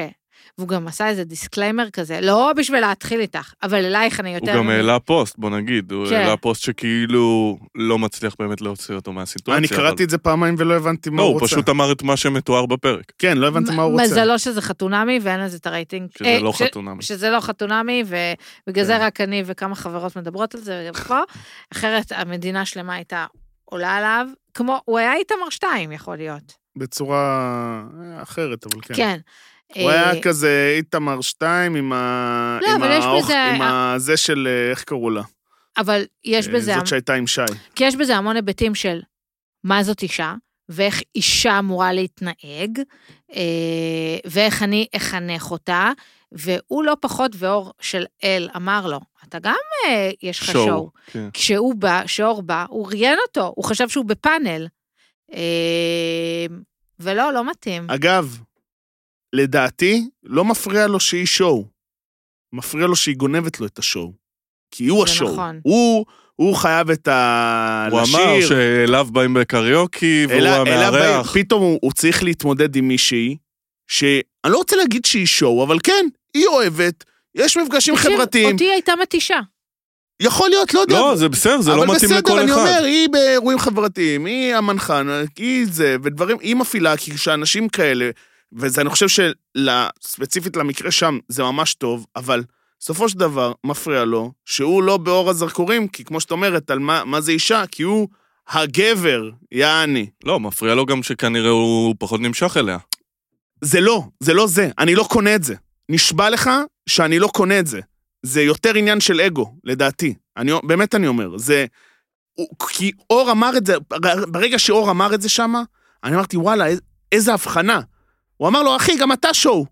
[SPEAKER 2] והוא גם עשה איזה דיסקליימר כזה, לא בשביל להתחיל איתך, אבל אלייך אני
[SPEAKER 3] הוא
[SPEAKER 2] יותר...
[SPEAKER 3] גם העלה לא פוסט, בוא נגיד. הוא
[SPEAKER 2] כן.
[SPEAKER 3] העלה פוסט שכאילו לא מצליח באמת להוציא אותו מהסיטואציה.
[SPEAKER 1] אני
[SPEAKER 3] אבל-
[SPEAKER 1] קראתי את זה פעמיים ולא הבנתי מה
[SPEAKER 3] לא,
[SPEAKER 1] הוא
[SPEAKER 3] הוא
[SPEAKER 1] רוצה.
[SPEAKER 3] פשוט אמר את מה שמתואר בפרק.
[SPEAKER 1] כן, לא הבנתי מה הוא רוצה.
[SPEAKER 2] מזלו שזה חתונמי ואין לזה את הרייטינג.
[SPEAKER 3] שזה
[SPEAKER 2] אה,
[SPEAKER 3] לא
[SPEAKER 2] ש-
[SPEAKER 3] חתונמי.
[SPEAKER 2] שזה לא חתונמי,
[SPEAKER 1] כן.
[SPEAKER 2] ובגלל זה רק אני וכמה חברות מדברות על זה וגם פה, אחרת המדינה שלמה הייתה עולה עליו, כמו, הוא היה איתמר שתיים, יכול להיות.
[SPEAKER 1] בצורה אה, אחרת, אבל כן.
[SPEAKER 2] כן.
[SPEAKER 1] הוא
[SPEAKER 2] אה,
[SPEAKER 1] היה כזה איתמר שתיים עם ה...
[SPEAKER 2] לא,
[SPEAKER 1] עם
[SPEAKER 2] אבל יש
[SPEAKER 1] האוך-
[SPEAKER 2] בזה-
[SPEAKER 1] עם ה... זה של... אה, איך קראו לה?
[SPEAKER 2] אבל יש
[SPEAKER 1] אה,
[SPEAKER 2] בזה,
[SPEAKER 1] זאת שהייתה עם שי.
[SPEAKER 2] כי יש בזה המון היבטים של מה זאת אישה, ואיך אישה אמורה להתנהג, אה, ואיך אני אחנך אותה, והוא לא פחות, ואור של אל אמר לו, אתה גם אה, יש לך שואו.
[SPEAKER 3] שואו. כן.
[SPEAKER 2] כשהוא בא, שאור בא, הוא ראיין אותו, הוא חשב שהוא בפאנל. אה, ולא, לא מתאים.
[SPEAKER 1] אגב, לדעתי, לא מפריע לו שהיא שואו. מפריע לו שהיא גונבת לו את השואו. כי הוא
[SPEAKER 2] זה
[SPEAKER 1] השואו.
[SPEAKER 2] נכון.
[SPEAKER 1] הוא, הוא חייב את ה...
[SPEAKER 3] הוא
[SPEAKER 1] לשיר.
[SPEAKER 3] אמר שאליו באים בקריוקי, והוא
[SPEAKER 1] אלא- אלא
[SPEAKER 3] המארח.
[SPEAKER 1] ב- פתאום הוא, הוא צריך להתמודד עם מישהי, שאני לא רוצה להגיד שהיא שואו, אבל כן, היא אוהבת, יש מפגשים
[SPEAKER 2] תקשיב,
[SPEAKER 1] חברתיים,
[SPEAKER 2] אותי הייתה מתישה.
[SPEAKER 1] יכול להיות, לא יודע.
[SPEAKER 3] לא, זה בסדר, זה לא מתאים לכל
[SPEAKER 1] אבל בסדר, אני אומר,
[SPEAKER 3] אחד.
[SPEAKER 1] היא באירועים חברתיים, היא המנחן, היא זה, ודברים, היא מפעילה, כי כשאנשים כאלה, וזה, אני חושב שספציפית למקרה שם, זה ממש טוב, אבל בסופו של דבר, מפריע לו שהוא לא באור הזרקורים, כי כמו שאת אומרת, על מה, מה זה אישה, כי הוא הגבר, יעני.
[SPEAKER 3] לא, מפריע לו גם שכנראה הוא פחות נמשך אליה.
[SPEAKER 1] זה לא, זה לא זה, אני לא קונה את זה. נשבע לך שאני לא קונה את זה. זה יותר עניין של אגו, לדעתי. אני, באמת אני אומר, זה... הוא- כי אור אמר את זה, ברגע שאור אמר את זה שמה, אני אמרתי, וואלה, איז- איזה הבחנה. הוא אמר לו, אחי, גם אתה שואו.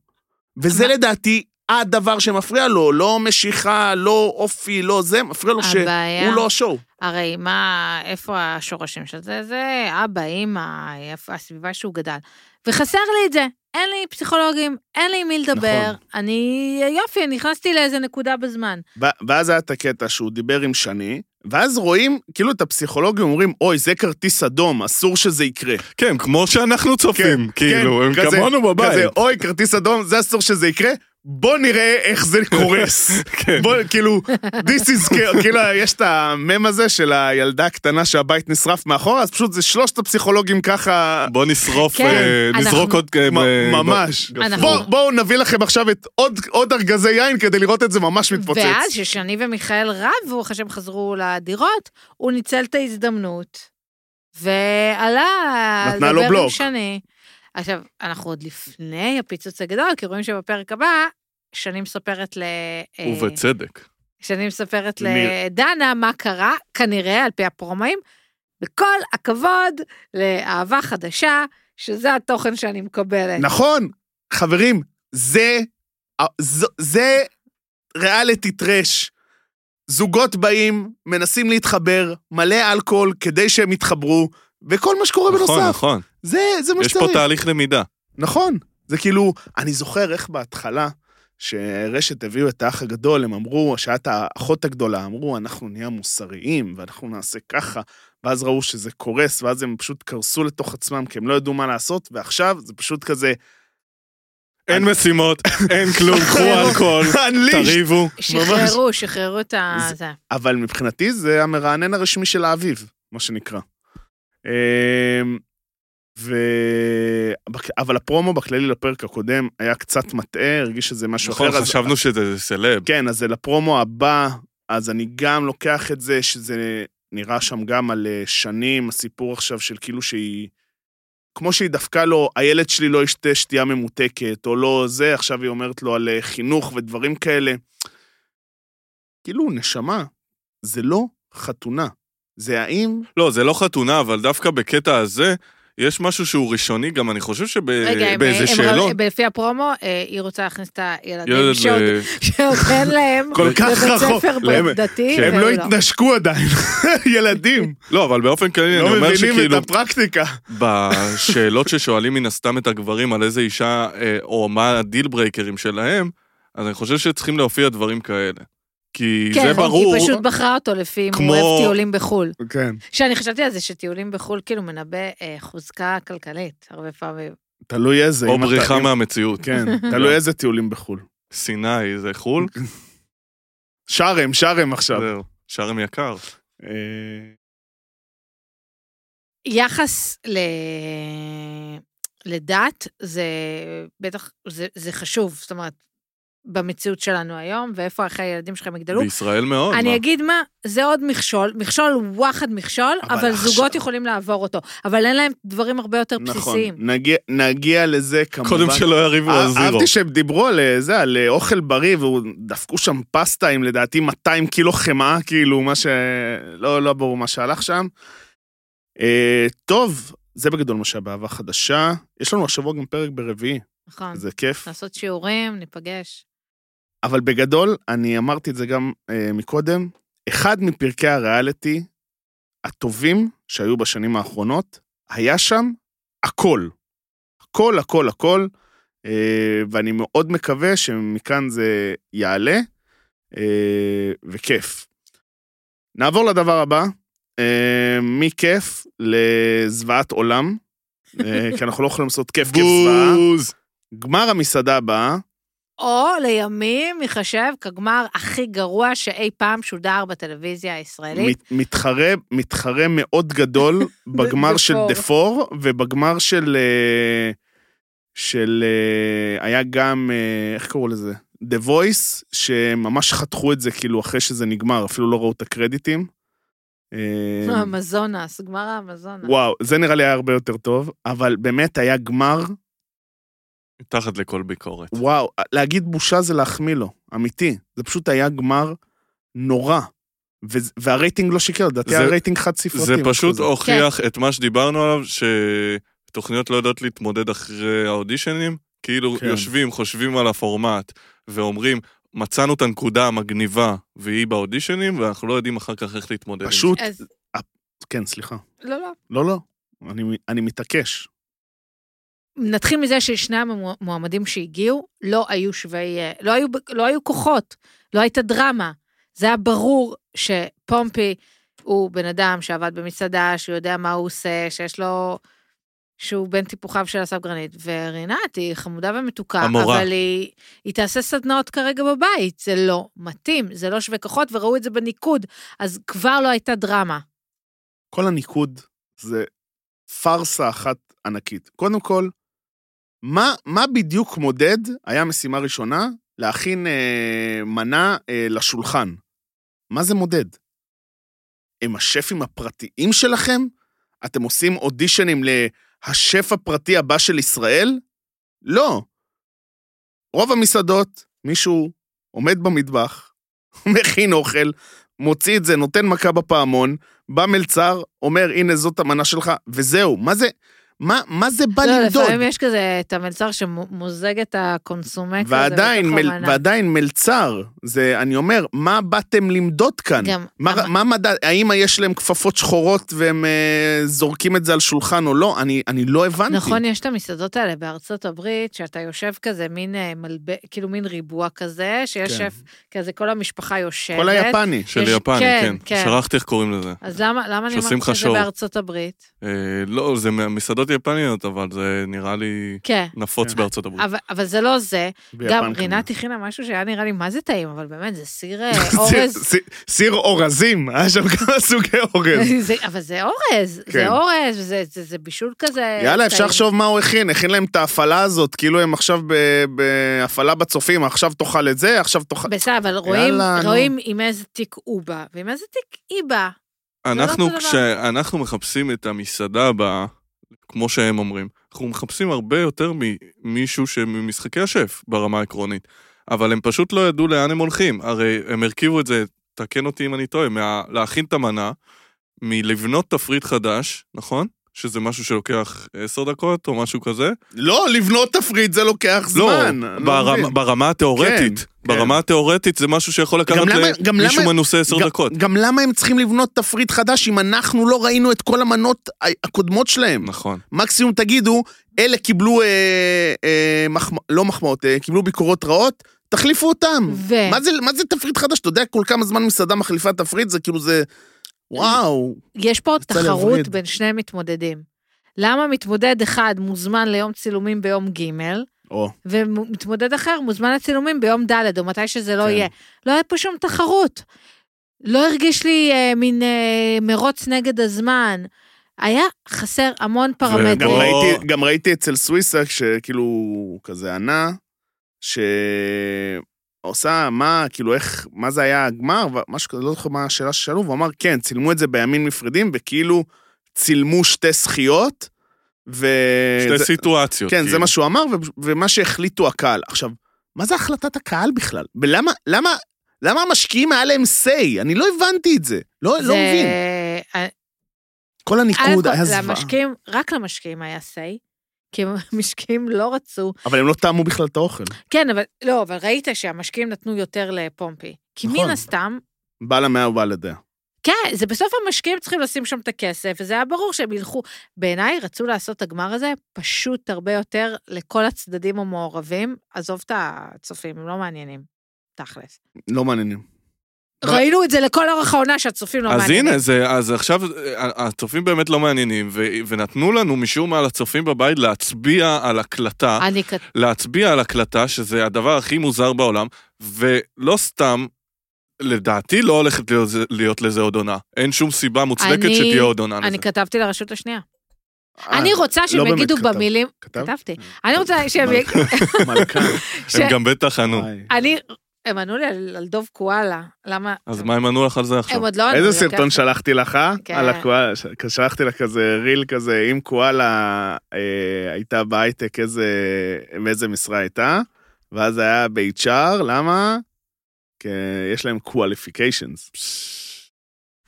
[SPEAKER 1] וזה
[SPEAKER 2] מה?
[SPEAKER 1] לדעתי הדבר שמפריע לו, לא משיכה, לא אופי, לא זה, מפריע לו שהוא
[SPEAKER 2] הבעיה...
[SPEAKER 1] לא שואו.
[SPEAKER 2] הרי מה, איפה השורשים של זה? זה אבא, אימא, איפה הסביבה שהוא גדל. וחסר לי את זה. אין לי פסיכולוגים, אין לי עם מי לדבר.
[SPEAKER 3] נכון.
[SPEAKER 2] אני, יופי, נכנסתי לאיזה נקודה בזמן.
[SPEAKER 1] ו- ואז היה את הקטע שהוא דיבר עם שני, ואז רואים, כאילו את הפסיכולוגים אומרים, אוי, זה כרטיס אדום, אסור שזה יקרה. כן,
[SPEAKER 3] כן, כמו שאנחנו צופים, כאילו, הם
[SPEAKER 1] כזה-
[SPEAKER 3] כמונו
[SPEAKER 1] כזה,
[SPEAKER 3] בבית.
[SPEAKER 1] אוי, כרטיס אדום, זה אסור שזה יקרה, בוא נראה איך זה קורס.
[SPEAKER 3] *laughs* כן.
[SPEAKER 1] בוא, כאילו, this is, כאילו, יש את המם הזה של הילדה הקטנה שהבית נשרף מאחורה, אז פשוט זה שלושת הפסיכולוגים ככה,
[SPEAKER 3] בוא נשרוף,
[SPEAKER 2] כן,
[SPEAKER 3] אה,
[SPEAKER 2] אנחנו-
[SPEAKER 3] נזרוק עוד... אה,
[SPEAKER 1] מ-
[SPEAKER 3] ב-
[SPEAKER 1] ממש.
[SPEAKER 3] גפרור.
[SPEAKER 2] אנחנו-
[SPEAKER 1] בוא- בואו נביא לכם עכשיו את עוד- עוד ארגזי יין כדי לראות את זה ממש מתפוצץ.
[SPEAKER 2] ואז ששני ומיכאל רבו, אחרי שהם חזרו לדירות, הוא ניצל את ההזדמנות, ועלה
[SPEAKER 1] נתנה לו
[SPEAKER 2] עם
[SPEAKER 1] בלוק.
[SPEAKER 2] שני. עכשיו, אנחנו עוד לפני הפיצוץ הגדול, כי רואים שבפרק הבא, שני מספרת ל... אה,
[SPEAKER 3] ובצדק.
[SPEAKER 2] שאני מספרת
[SPEAKER 1] למיר.
[SPEAKER 2] לדנה מה קרה, כנראה, על פי הפרומואים, בכל הכבוד לאהבה חדשה, שזה התוכן שאני מקבלת.
[SPEAKER 1] נכון, חברים, זה, זה, זה ריאליטי טרש. זוגות באים, מנסים להתחבר, מלא אלכוהול כדי שהם יתחברו, וכל מה שקורה
[SPEAKER 3] נכון,
[SPEAKER 1] בנוסף.
[SPEAKER 3] נכון.
[SPEAKER 1] זה, זה מה
[SPEAKER 3] יש פה
[SPEAKER 1] שצריך.
[SPEAKER 3] תהליך למידה.
[SPEAKER 1] נכון. זה כאילו, אני זוכר איך בהתחלה, שרשת הביאו את האח הגדול, הם אמרו, שאת האחות הגדולה, אמרו, אנחנו נהיה מוסריים, ואנחנו נעשה ככה, ואז ראו שזה קורס, ואז הם פשוט קרסו לתוך עצמם, כי הם לא ידעו מה לעשות, ועכשיו זה פשוט כזה,
[SPEAKER 3] אין משימות,
[SPEAKER 1] *laughs*
[SPEAKER 3] אין כלום, *laughs* קחו לא אלכוהול,
[SPEAKER 1] unleashed.
[SPEAKER 3] תריבו.
[SPEAKER 2] שחררו, שחררו את ה...
[SPEAKER 1] זה-
[SPEAKER 2] זה.
[SPEAKER 1] אבל מבחינתי זה המרענן הרשמי של האביב, מה שנקרא. אמ, ו... בק- אבל הפרומו בכללי לפרק הקודם היה קצת מטעה, הרגיש שזה משהו
[SPEAKER 3] נכון,
[SPEAKER 1] אחר. אז-
[SPEAKER 3] חשבנו שזה סלב.
[SPEAKER 1] כן, אז זה לפרומו הבא, אז אני גם לוקח את זה, שזה נראה שם גם על אה, שנים, הסיפור עכשיו של כאילו שהיא... כמו שהיא דפקה לו, הילד שלי לא ישתה שתייה ממותקת, או לא זה, עכשיו היא אומרת לו על אה, חינוך ודברים כאלה. כאילו, נשמה, זה לא חתונה. זה האם...
[SPEAKER 3] לא, זה לא חתונה, אבל דווקא בקטע הזה, יש משהו שהוא ראשוני, גם אני חושב
[SPEAKER 2] רגע, הם-
[SPEAKER 3] שבאיזה
[SPEAKER 2] הם-
[SPEAKER 3] שאלון.
[SPEAKER 2] לפי הפרומו, אה, היא רוצה להכניס את הילדים
[SPEAKER 3] ילד אה,
[SPEAKER 2] שעוד
[SPEAKER 3] ל-
[SPEAKER 2] *laughs* שעוד אין להם
[SPEAKER 1] אה, כל כך
[SPEAKER 2] בבית
[SPEAKER 1] רחוק.
[SPEAKER 2] ספר אה,
[SPEAKER 1] להם-
[SPEAKER 2] דתי.
[SPEAKER 1] הם לא
[SPEAKER 2] ולא.
[SPEAKER 1] התנשקו עדיין, *laughs* ילדים.
[SPEAKER 3] לא, אבל באופן כללי, אני
[SPEAKER 1] לא
[SPEAKER 3] אומר
[SPEAKER 1] מבינים
[SPEAKER 3] שכאילו,
[SPEAKER 1] את הפרקטיקה.
[SPEAKER 3] בשאלות ששואלים מן הסתם את הגברים על איזה אישה, אה, או מה הדיל ברייקרים שלהם, אז אני חושב שצריכים להופיע דברים כאלה. כי
[SPEAKER 2] כן,
[SPEAKER 3] זה ברור,
[SPEAKER 2] היא פשוט בחרה אותו לפי אם
[SPEAKER 3] כמו-
[SPEAKER 2] הוא אוהב טיולים בחו"ל.
[SPEAKER 1] כן.
[SPEAKER 2] שאני חשבתי על זה שטיולים בחו"ל כאילו מנבא אה, חוזקה כלכלית, הרבה פעמים.
[SPEAKER 1] תלוי איזה.
[SPEAKER 3] או
[SPEAKER 1] אם אתה-
[SPEAKER 3] בריחה
[SPEAKER 1] אם-
[SPEAKER 3] מהמציאות.
[SPEAKER 1] כן, תלוי איזה טיולים בחו"ל.
[SPEAKER 3] סיני זה חו"ל,
[SPEAKER 1] שרם, שרם עכשיו.
[SPEAKER 3] זהו. שרם יקר.
[SPEAKER 1] אה,
[SPEAKER 2] יחס ל... לדת זה בטח, זה, זה חשוב, זאת אומרת, במציאות שלנו היום, ואיפה אחרי הילדים שלכם יגדלו.
[SPEAKER 3] בישראל מאוד. מה?
[SPEAKER 2] אני אגיד מה, זה עוד מכשול, מכשול הוא וואחד מכשול,
[SPEAKER 1] אבל
[SPEAKER 2] אבל,
[SPEAKER 1] עכשיו-
[SPEAKER 2] זוגות יכולים לעבור אותו, אבל אין להם דברים הרבה יותר בסיסיים.
[SPEAKER 1] נכון, נגיע- נגיע לזה כמובן.
[SPEAKER 3] קודם שלא יריבו על
[SPEAKER 1] אה,
[SPEAKER 3] זירו.
[SPEAKER 1] אהבתי שהם דיברו על אה, זה, על אה, אוכל בריא, ודפקו שם פסטה עם לדעתי 200 קילו חמאה, כאילו, מה ש... לא, לא ברור מה שהלך שם. אה, טוב, זה בגדול מה שהיה באהבה חדשה. יש לנו השבוע גם פרק ברביעי,
[SPEAKER 2] נכון.
[SPEAKER 1] זה כיף.
[SPEAKER 2] לעשות שיעורים, ניפגש.
[SPEAKER 1] אבל בגדול, אני אמרתי את זה גם אה, מקודם, אחד מפרקי הריאליטי הטובים שהיו בשנים האחרונות, היה שם הכל. הכל, הכל, הכל, אה, ואני מאוד מקווה שמכאן זה יעלה, אה, וכיף. נעבור לדבר הבא, אה, מכיף לזוועת עולם, אה, כי אנחנו לא יכולים לעשות כיף כיף זוועה.
[SPEAKER 3] בוז.
[SPEAKER 1] גמר המסעדה הבאה,
[SPEAKER 2] או לימים ייחשב כגמר הכי גרוע שאי פעם שודר בטלוויזיה הישראלית.
[SPEAKER 1] מת- מתחרה, מתחרה מאוד *laughs* גדול בגמר
[SPEAKER 2] דה
[SPEAKER 1] של
[SPEAKER 2] פור.
[SPEAKER 1] דה פור, ובגמר של... אה, של... אה, היה גם, אה, איך קראו לזה? דה וויס, שממש חתכו את זה כאילו אחרי שזה נגמר, אפילו לא ראו את הקרדיטים. אה,
[SPEAKER 2] המזונס, גמר האמזונס.
[SPEAKER 1] וואו, זה נראה לי היה הרבה יותר טוב, אבל באמת היה גמר,
[SPEAKER 3] מתחת לכל ביקורת.
[SPEAKER 1] וואו, להגיד בושה זה להחמיא לו, אמיתי. זה פשוט היה גמר נורא. וזה- והרייטינג לא שיקר, לדעתי
[SPEAKER 3] זה-
[SPEAKER 1] היה רייטינג חד ספרתי.
[SPEAKER 3] זה
[SPEAKER 1] משהו
[SPEAKER 3] פשוט
[SPEAKER 1] כזה.
[SPEAKER 2] כן.
[SPEAKER 3] הוכיח את מה שדיברנו עליו, שתוכניות לא יודעות להתמודד אחרי האודישנים. כאילו
[SPEAKER 1] כן.
[SPEAKER 3] יושבים, חושבים על הפורמט, ואומרים, מצאנו את הנקודה המגניבה, והיא באודישנים, ואנחנו לא יודעים אחר כך איך להתמודד עם זה.
[SPEAKER 1] פשוט,
[SPEAKER 2] אז
[SPEAKER 1] כן, סליחה.
[SPEAKER 2] לא, לא.
[SPEAKER 1] לא, לא, אני, אני מתעקש.
[SPEAKER 2] נתחיל מזה ששני המועמדים שהגיעו לא היו שווי, אה, לא היו, ב- לא היו כוחות, לא הייתה דרמה. זה היה ברור שפומפי הוא בן אדם שעבד במסעדה, שהוא יודע מה הוא עושה, שיש לו... שהוא בן טיפוחיו של הסגרנית, ורינת היא חמודה ומתוקה,
[SPEAKER 3] המורה.
[SPEAKER 2] אבל היא, היא תעשה סדנאות כרגע בבית, זה לא מתאים, זה לא שווה כוחות, וראו את זה בניקוד, אז כבר לא הייתה דרמה.
[SPEAKER 1] כל הניקוד זה פארסה אחת ענקית. קודם כל, מה, מה בדיוק מודד, היה משימה ראשונה, להכין אה, מנה אה, לשולחן. מה זה מודד? הם השפים הפרטיים שלכם? אתם עושים אודישנים להשף הפרטי הבא של ישראל? לא. רוב המסעדות, מישהו עומד במטבח, *laughs* מכין אוכל, מוציא את זה, נותן מכה בפעמון, בא מלצר, אומר, הנה זאת המנה שלך, וזהו. מה זה, מה, מה זה בא
[SPEAKER 2] לא,
[SPEAKER 1] למדוד?
[SPEAKER 2] לפעמים יש כזה את המלצר שמוזג את הקונסומק הזה
[SPEAKER 1] ועדיין,
[SPEAKER 2] בתוך
[SPEAKER 1] מל,
[SPEAKER 2] המנה.
[SPEAKER 1] ועדיין מלצר, זה, אני אומר, מה באתם למדוד כאן?
[SPEAKER 2] גם,
[SPEAKER 1] מה,
[SPEAKER 2] המ-
[SPEAKER 1] מה מדע, האם יש להם כפפות שחורות והם אה, זורקים את זה על שולחן או לא? אני, אני לא הבנתי.
[SPEAKER 2] נכון, יש את המסעדות האלה בארצות הברית, שאתה יושב כזה מין אה, מלבק, כאילו מין ריבוע כזה, שיש
[SPEAKER 1] כן.
[SPEAKER 2] שף, כזה כל המשפחה יושבת.
[SPEAKER 1] כל היפני.
[SPEAKER 3] של
[SPEAKER 2] יש-
[SPEAKER 3] יפן,
[SPEAKER 2] כן,
[SPEAKER 3] כן.
[SPEAKER 2] כן.
[SPEAKER 3] שכחתי איך קוראים לזה.
[SPEAKER 2] אז למה, למה אני
[SPEAKER 3] שעושים
[SPEAKER 2] אומרת
[SPEAKER 3] לך
[SPEAKER 2] שזה
[SPEAKER 3] שואו.
[SPEAKER 2] בארצות הברית?
[SPEAKER 3] אה, לא, זה מסעדות יפניות, אבל זה נראה לי
[SPEAKER 2] כן,
[SPEAKER 3] נפוץ
[SPEAKER 1] כן.
[SPEAKER 3] בארצות הברית.
[SPEAKER 2] אבל, אבל זה לא זה.
[SPEAKER 1] ביפן
[SPEAKER 2] גם
[SPEAKER 1] כנראה.
[SPEAKER 2] רינת הכינה משהו שהיה נראה לי מה זה טעים, אבל באמת, זה
[SPEAKER 1] *laughs*
[SPEAKER 2] סיר אה, אורז.
[SPEAKER 1] סיר- סיר אורזים, היה שם כמה סוגי אורז.
[SPEAKER 2] *laughs* זה, אבל זה אורז,
[SPEAKER 1] כן.
[SPEAKER 2] זה אורז, זה, זה, זה בישול כזה.
[SPEAKER 1] יאללה, אפשר
[SPEAKER 2] אה, טעים.
[SPEAKER 1] לחשוב מה הוא הכין, הכין להם את ההפעלה הזאת, כאילו הם עכשיו ב- בהפעלה בצופים, עכשיו תאכל את זה, עכשיו תאכל...
[SPEAKER 2] בסדר, אבל רואים,
[SPEAKER 1] יאללה, נו.
[SPEAKER 2] רואים עם איזה תיק הוא בא, ועם איזה תיק היא באה.
[SPEAKER 3] אנחנו,
[SPEAKER 2] זה לא אותו
[SPEAKER 3] כשאנחנו מחפשים את המסעדה הבאה, כמו שהם אומרים, אנחנו מחפשים הרבה יותר ממישהו שממשחקי השף ברמה העקרונית, אבל הם פשוט לא ידעו לאן הם הולכים. הרי הם הרכיבו את זה, תקן אותי אם אני טועה, מה- להכין את המנה, מלבנות תפריט חדש, נכון? שזה משהו שלוקח עשר דקות או משהו כזה.
[SPEAKER 1] לא, לבנות תפריט זה לוקח זמן.
[SPEAKER 3] לא,
[SPEAKER 1] אני
[SPEAKER 3] ברמה,
[SPEAKER 1] מבין.
[SPEAKER 3] ברמה התיאורטית.
[SPEAKER 1] כן.
[SPEAKER 3] ברמה התיאורטית זה משהו שיכול לקחת
[SPEAKER 1] גם למה- גם
[SPEAKER 3] למישהו
[SPEAKER 1] למה-
[SPEAKER 3] מנוסה עשר
[SPEAKER 1] גם-
[SPEAKER 3] דקות.
[SPEAKER 1] גם למה הם צריכים לבנות תפריט חדש אם אנחנו לא ראינו את כל המנות ה- הקודמות שלהם?
[SPEAKER 3] נכון.
[SPEAKER 1] מקסימום תגידו, אלה קיבלו, אה, אה, מחמ... לא מחמאות, אה, קיבלו ביקורות רעות, תחליפו אותם.
[SPEAKER 2] ו...
[SPEAKER 1] מה זה, מה זה תפריט חדש? אתה יודע כל כמה זמן מסעדה מחליפה תפריט? זה כאילו זה... וואו.
[SPEAKER 2] יש פה
[SPEAKER 1] יצא
[SPEAKER 2] תחרות
[SPEAKER 1] להבריד.
[SPEAKER 2] בין שני מתמודדים. למה מתמודד אחד מוזמן ליום צילומים ביום ג'
[SPEAKER 1] או.
[SPEAKER 2] ומתמודד אחר מוזמן לצילומים ביום ד' או מתי שזה לא
[SPEAKER 1] כן.
[SPEAKER 2] יהיה. לא היה פה שום תחרות. לא הרגיש לי אה, מין אה, מרוץ נגד הזמן. היה חסר המון
[SPEAKER 1] גם,
[SPEAKER 3] בוא.
[SPEAKER 2] פרמטרים.
[SPEAKER 1] ראיתי, גם ראיתי אצל סוויסה, שכאילו, הוא כזה ענה, שעושה מה, כאילו, איך, מה זה היה הגמר, משהו כזה, לא זוכר מה השאלה ששאלו, והוא אמר, כן, צילמו את זה בימים נפרדים, וכאילו, צילמו שתי זכיות, ו...
[SPEAKER 3] שתי
[SPEAKER 1] אה, זה-
[SPEAKER 3] סיטואציות.
[SPEAKER 1] כן, זה
[SPEAKER 3] כאילו.
[SPEAKER 1] מה שהוא אמר, ו- ומה שהחליטו הקהל. עכשיו, מה זה החלטת הקהל בכלל? ולמה, למה, למה המשקיעים היה להם say? אני לא הבנתי את זה. לא, לא
[SPEAKER 2] זה-
[SPEAKER 1] מבין.
[SPEAKER 2] אה,
[SPEAKER 1] כל הניקוד
[SPEAKER 2] אלף כל,
[SPEAKER 1] היה זוועה.
[SPEAKER 2] למשקיעים, רק למשקיעים היה say, כי המשקיעים לא רצו.
[SPEAKER 1] אבל הם לא טעמו בכלל את האוכל.
[SPEAKER 2] כן, אבל לא, אבל ראית שהמשקיעים נתנו יותר לפומפי. כי
[SPEAKER 1] נכון.
[SPEAKER 2] מן הסתם,
[SPEAKER 1] בעל המאה ובעל הדעה.
[SPEAKER 2] כן, זה בסוף המשקיעים צריכים לשים שם את הכסף, וזה היה ברור שהם ילכו. בעיניי, רצו לעשות את הגמר הזה פשוט הרבה יותר לכל הצדדים המעורבים. עזוב את הצופים, הם לא מעניינים, תכלס.
[SPEAKER 1] לא מעניינים. אבל-
[SPEAKER 2] ראינו את זה לכל אורך העונה שהצופים לא
[SPEAKER 3] אז
[SPEAKER 2] מעניינים.
[SPEAKER 3] הנה, זה, אז עכשיו אה, הצופים באמת לא מעניינים, ו, ונתנו לנו משום מה לצופים בבית להצביע על הקלטה,
[SPEAKER 2] אני כת...
[SPEAKER 3] אה, להצביע על הקלטה, שזה הדבר הכי מוזר בעולם, ולא סתם, לדעתי לא הולכת להיות, זה- להיות לזה עוד עונה. אין שום סיבה מוצדקת
[SPEAKER 2] אני-
[SPEAKER 3] שתהיה עוד עונה לזה.
[SPEAKER 2] אני כתבתי לרשות השנייה.
[SPEAKER 3] אה,
[SPEAKER 2] אני רוצה שהם
[SPEAKER 1] לא באמת
[SPEAKER 2] יגידו
[SPEAKER 1] כתבת.
[SPEAKER 2] במילים...
[SPEAKER 1] כתבת?
[SPEAKER 2] כתבתי. אני
[SPEAKER 3] *laughs*
[SPEAKER 2] רוצה שהם יגידו...
[SPEAKER 1] *laughs* מלכה.
[SPEAKER 3] הם גם בטח
[SPEAKER 1] אה,
[SPEAKER 3] ענו.
[SPEAKER 2] אני... הם ענו לי על על דוב קואלה, למה...
[SPEAKER 3] אז מה הם ענו לך על זה עכשיו?
[SPEAKER 2] הם עוד לא ענו לי.
[SPEAKER 1] איזה
[SPEAKER 2] אוקיי?
[SPEAKER 1] סרטון שלחתי לך?
[SPEAKER 2] כן.
[SPEAKER 1] על הקואלה, ש- שלחתי לה כזה ריל כזה, אם קואלה אה, הייתה בהייטק, איזה, באיזה משרה הייתה, ואז היה ב-HR, למה? כי יש להם qualifications.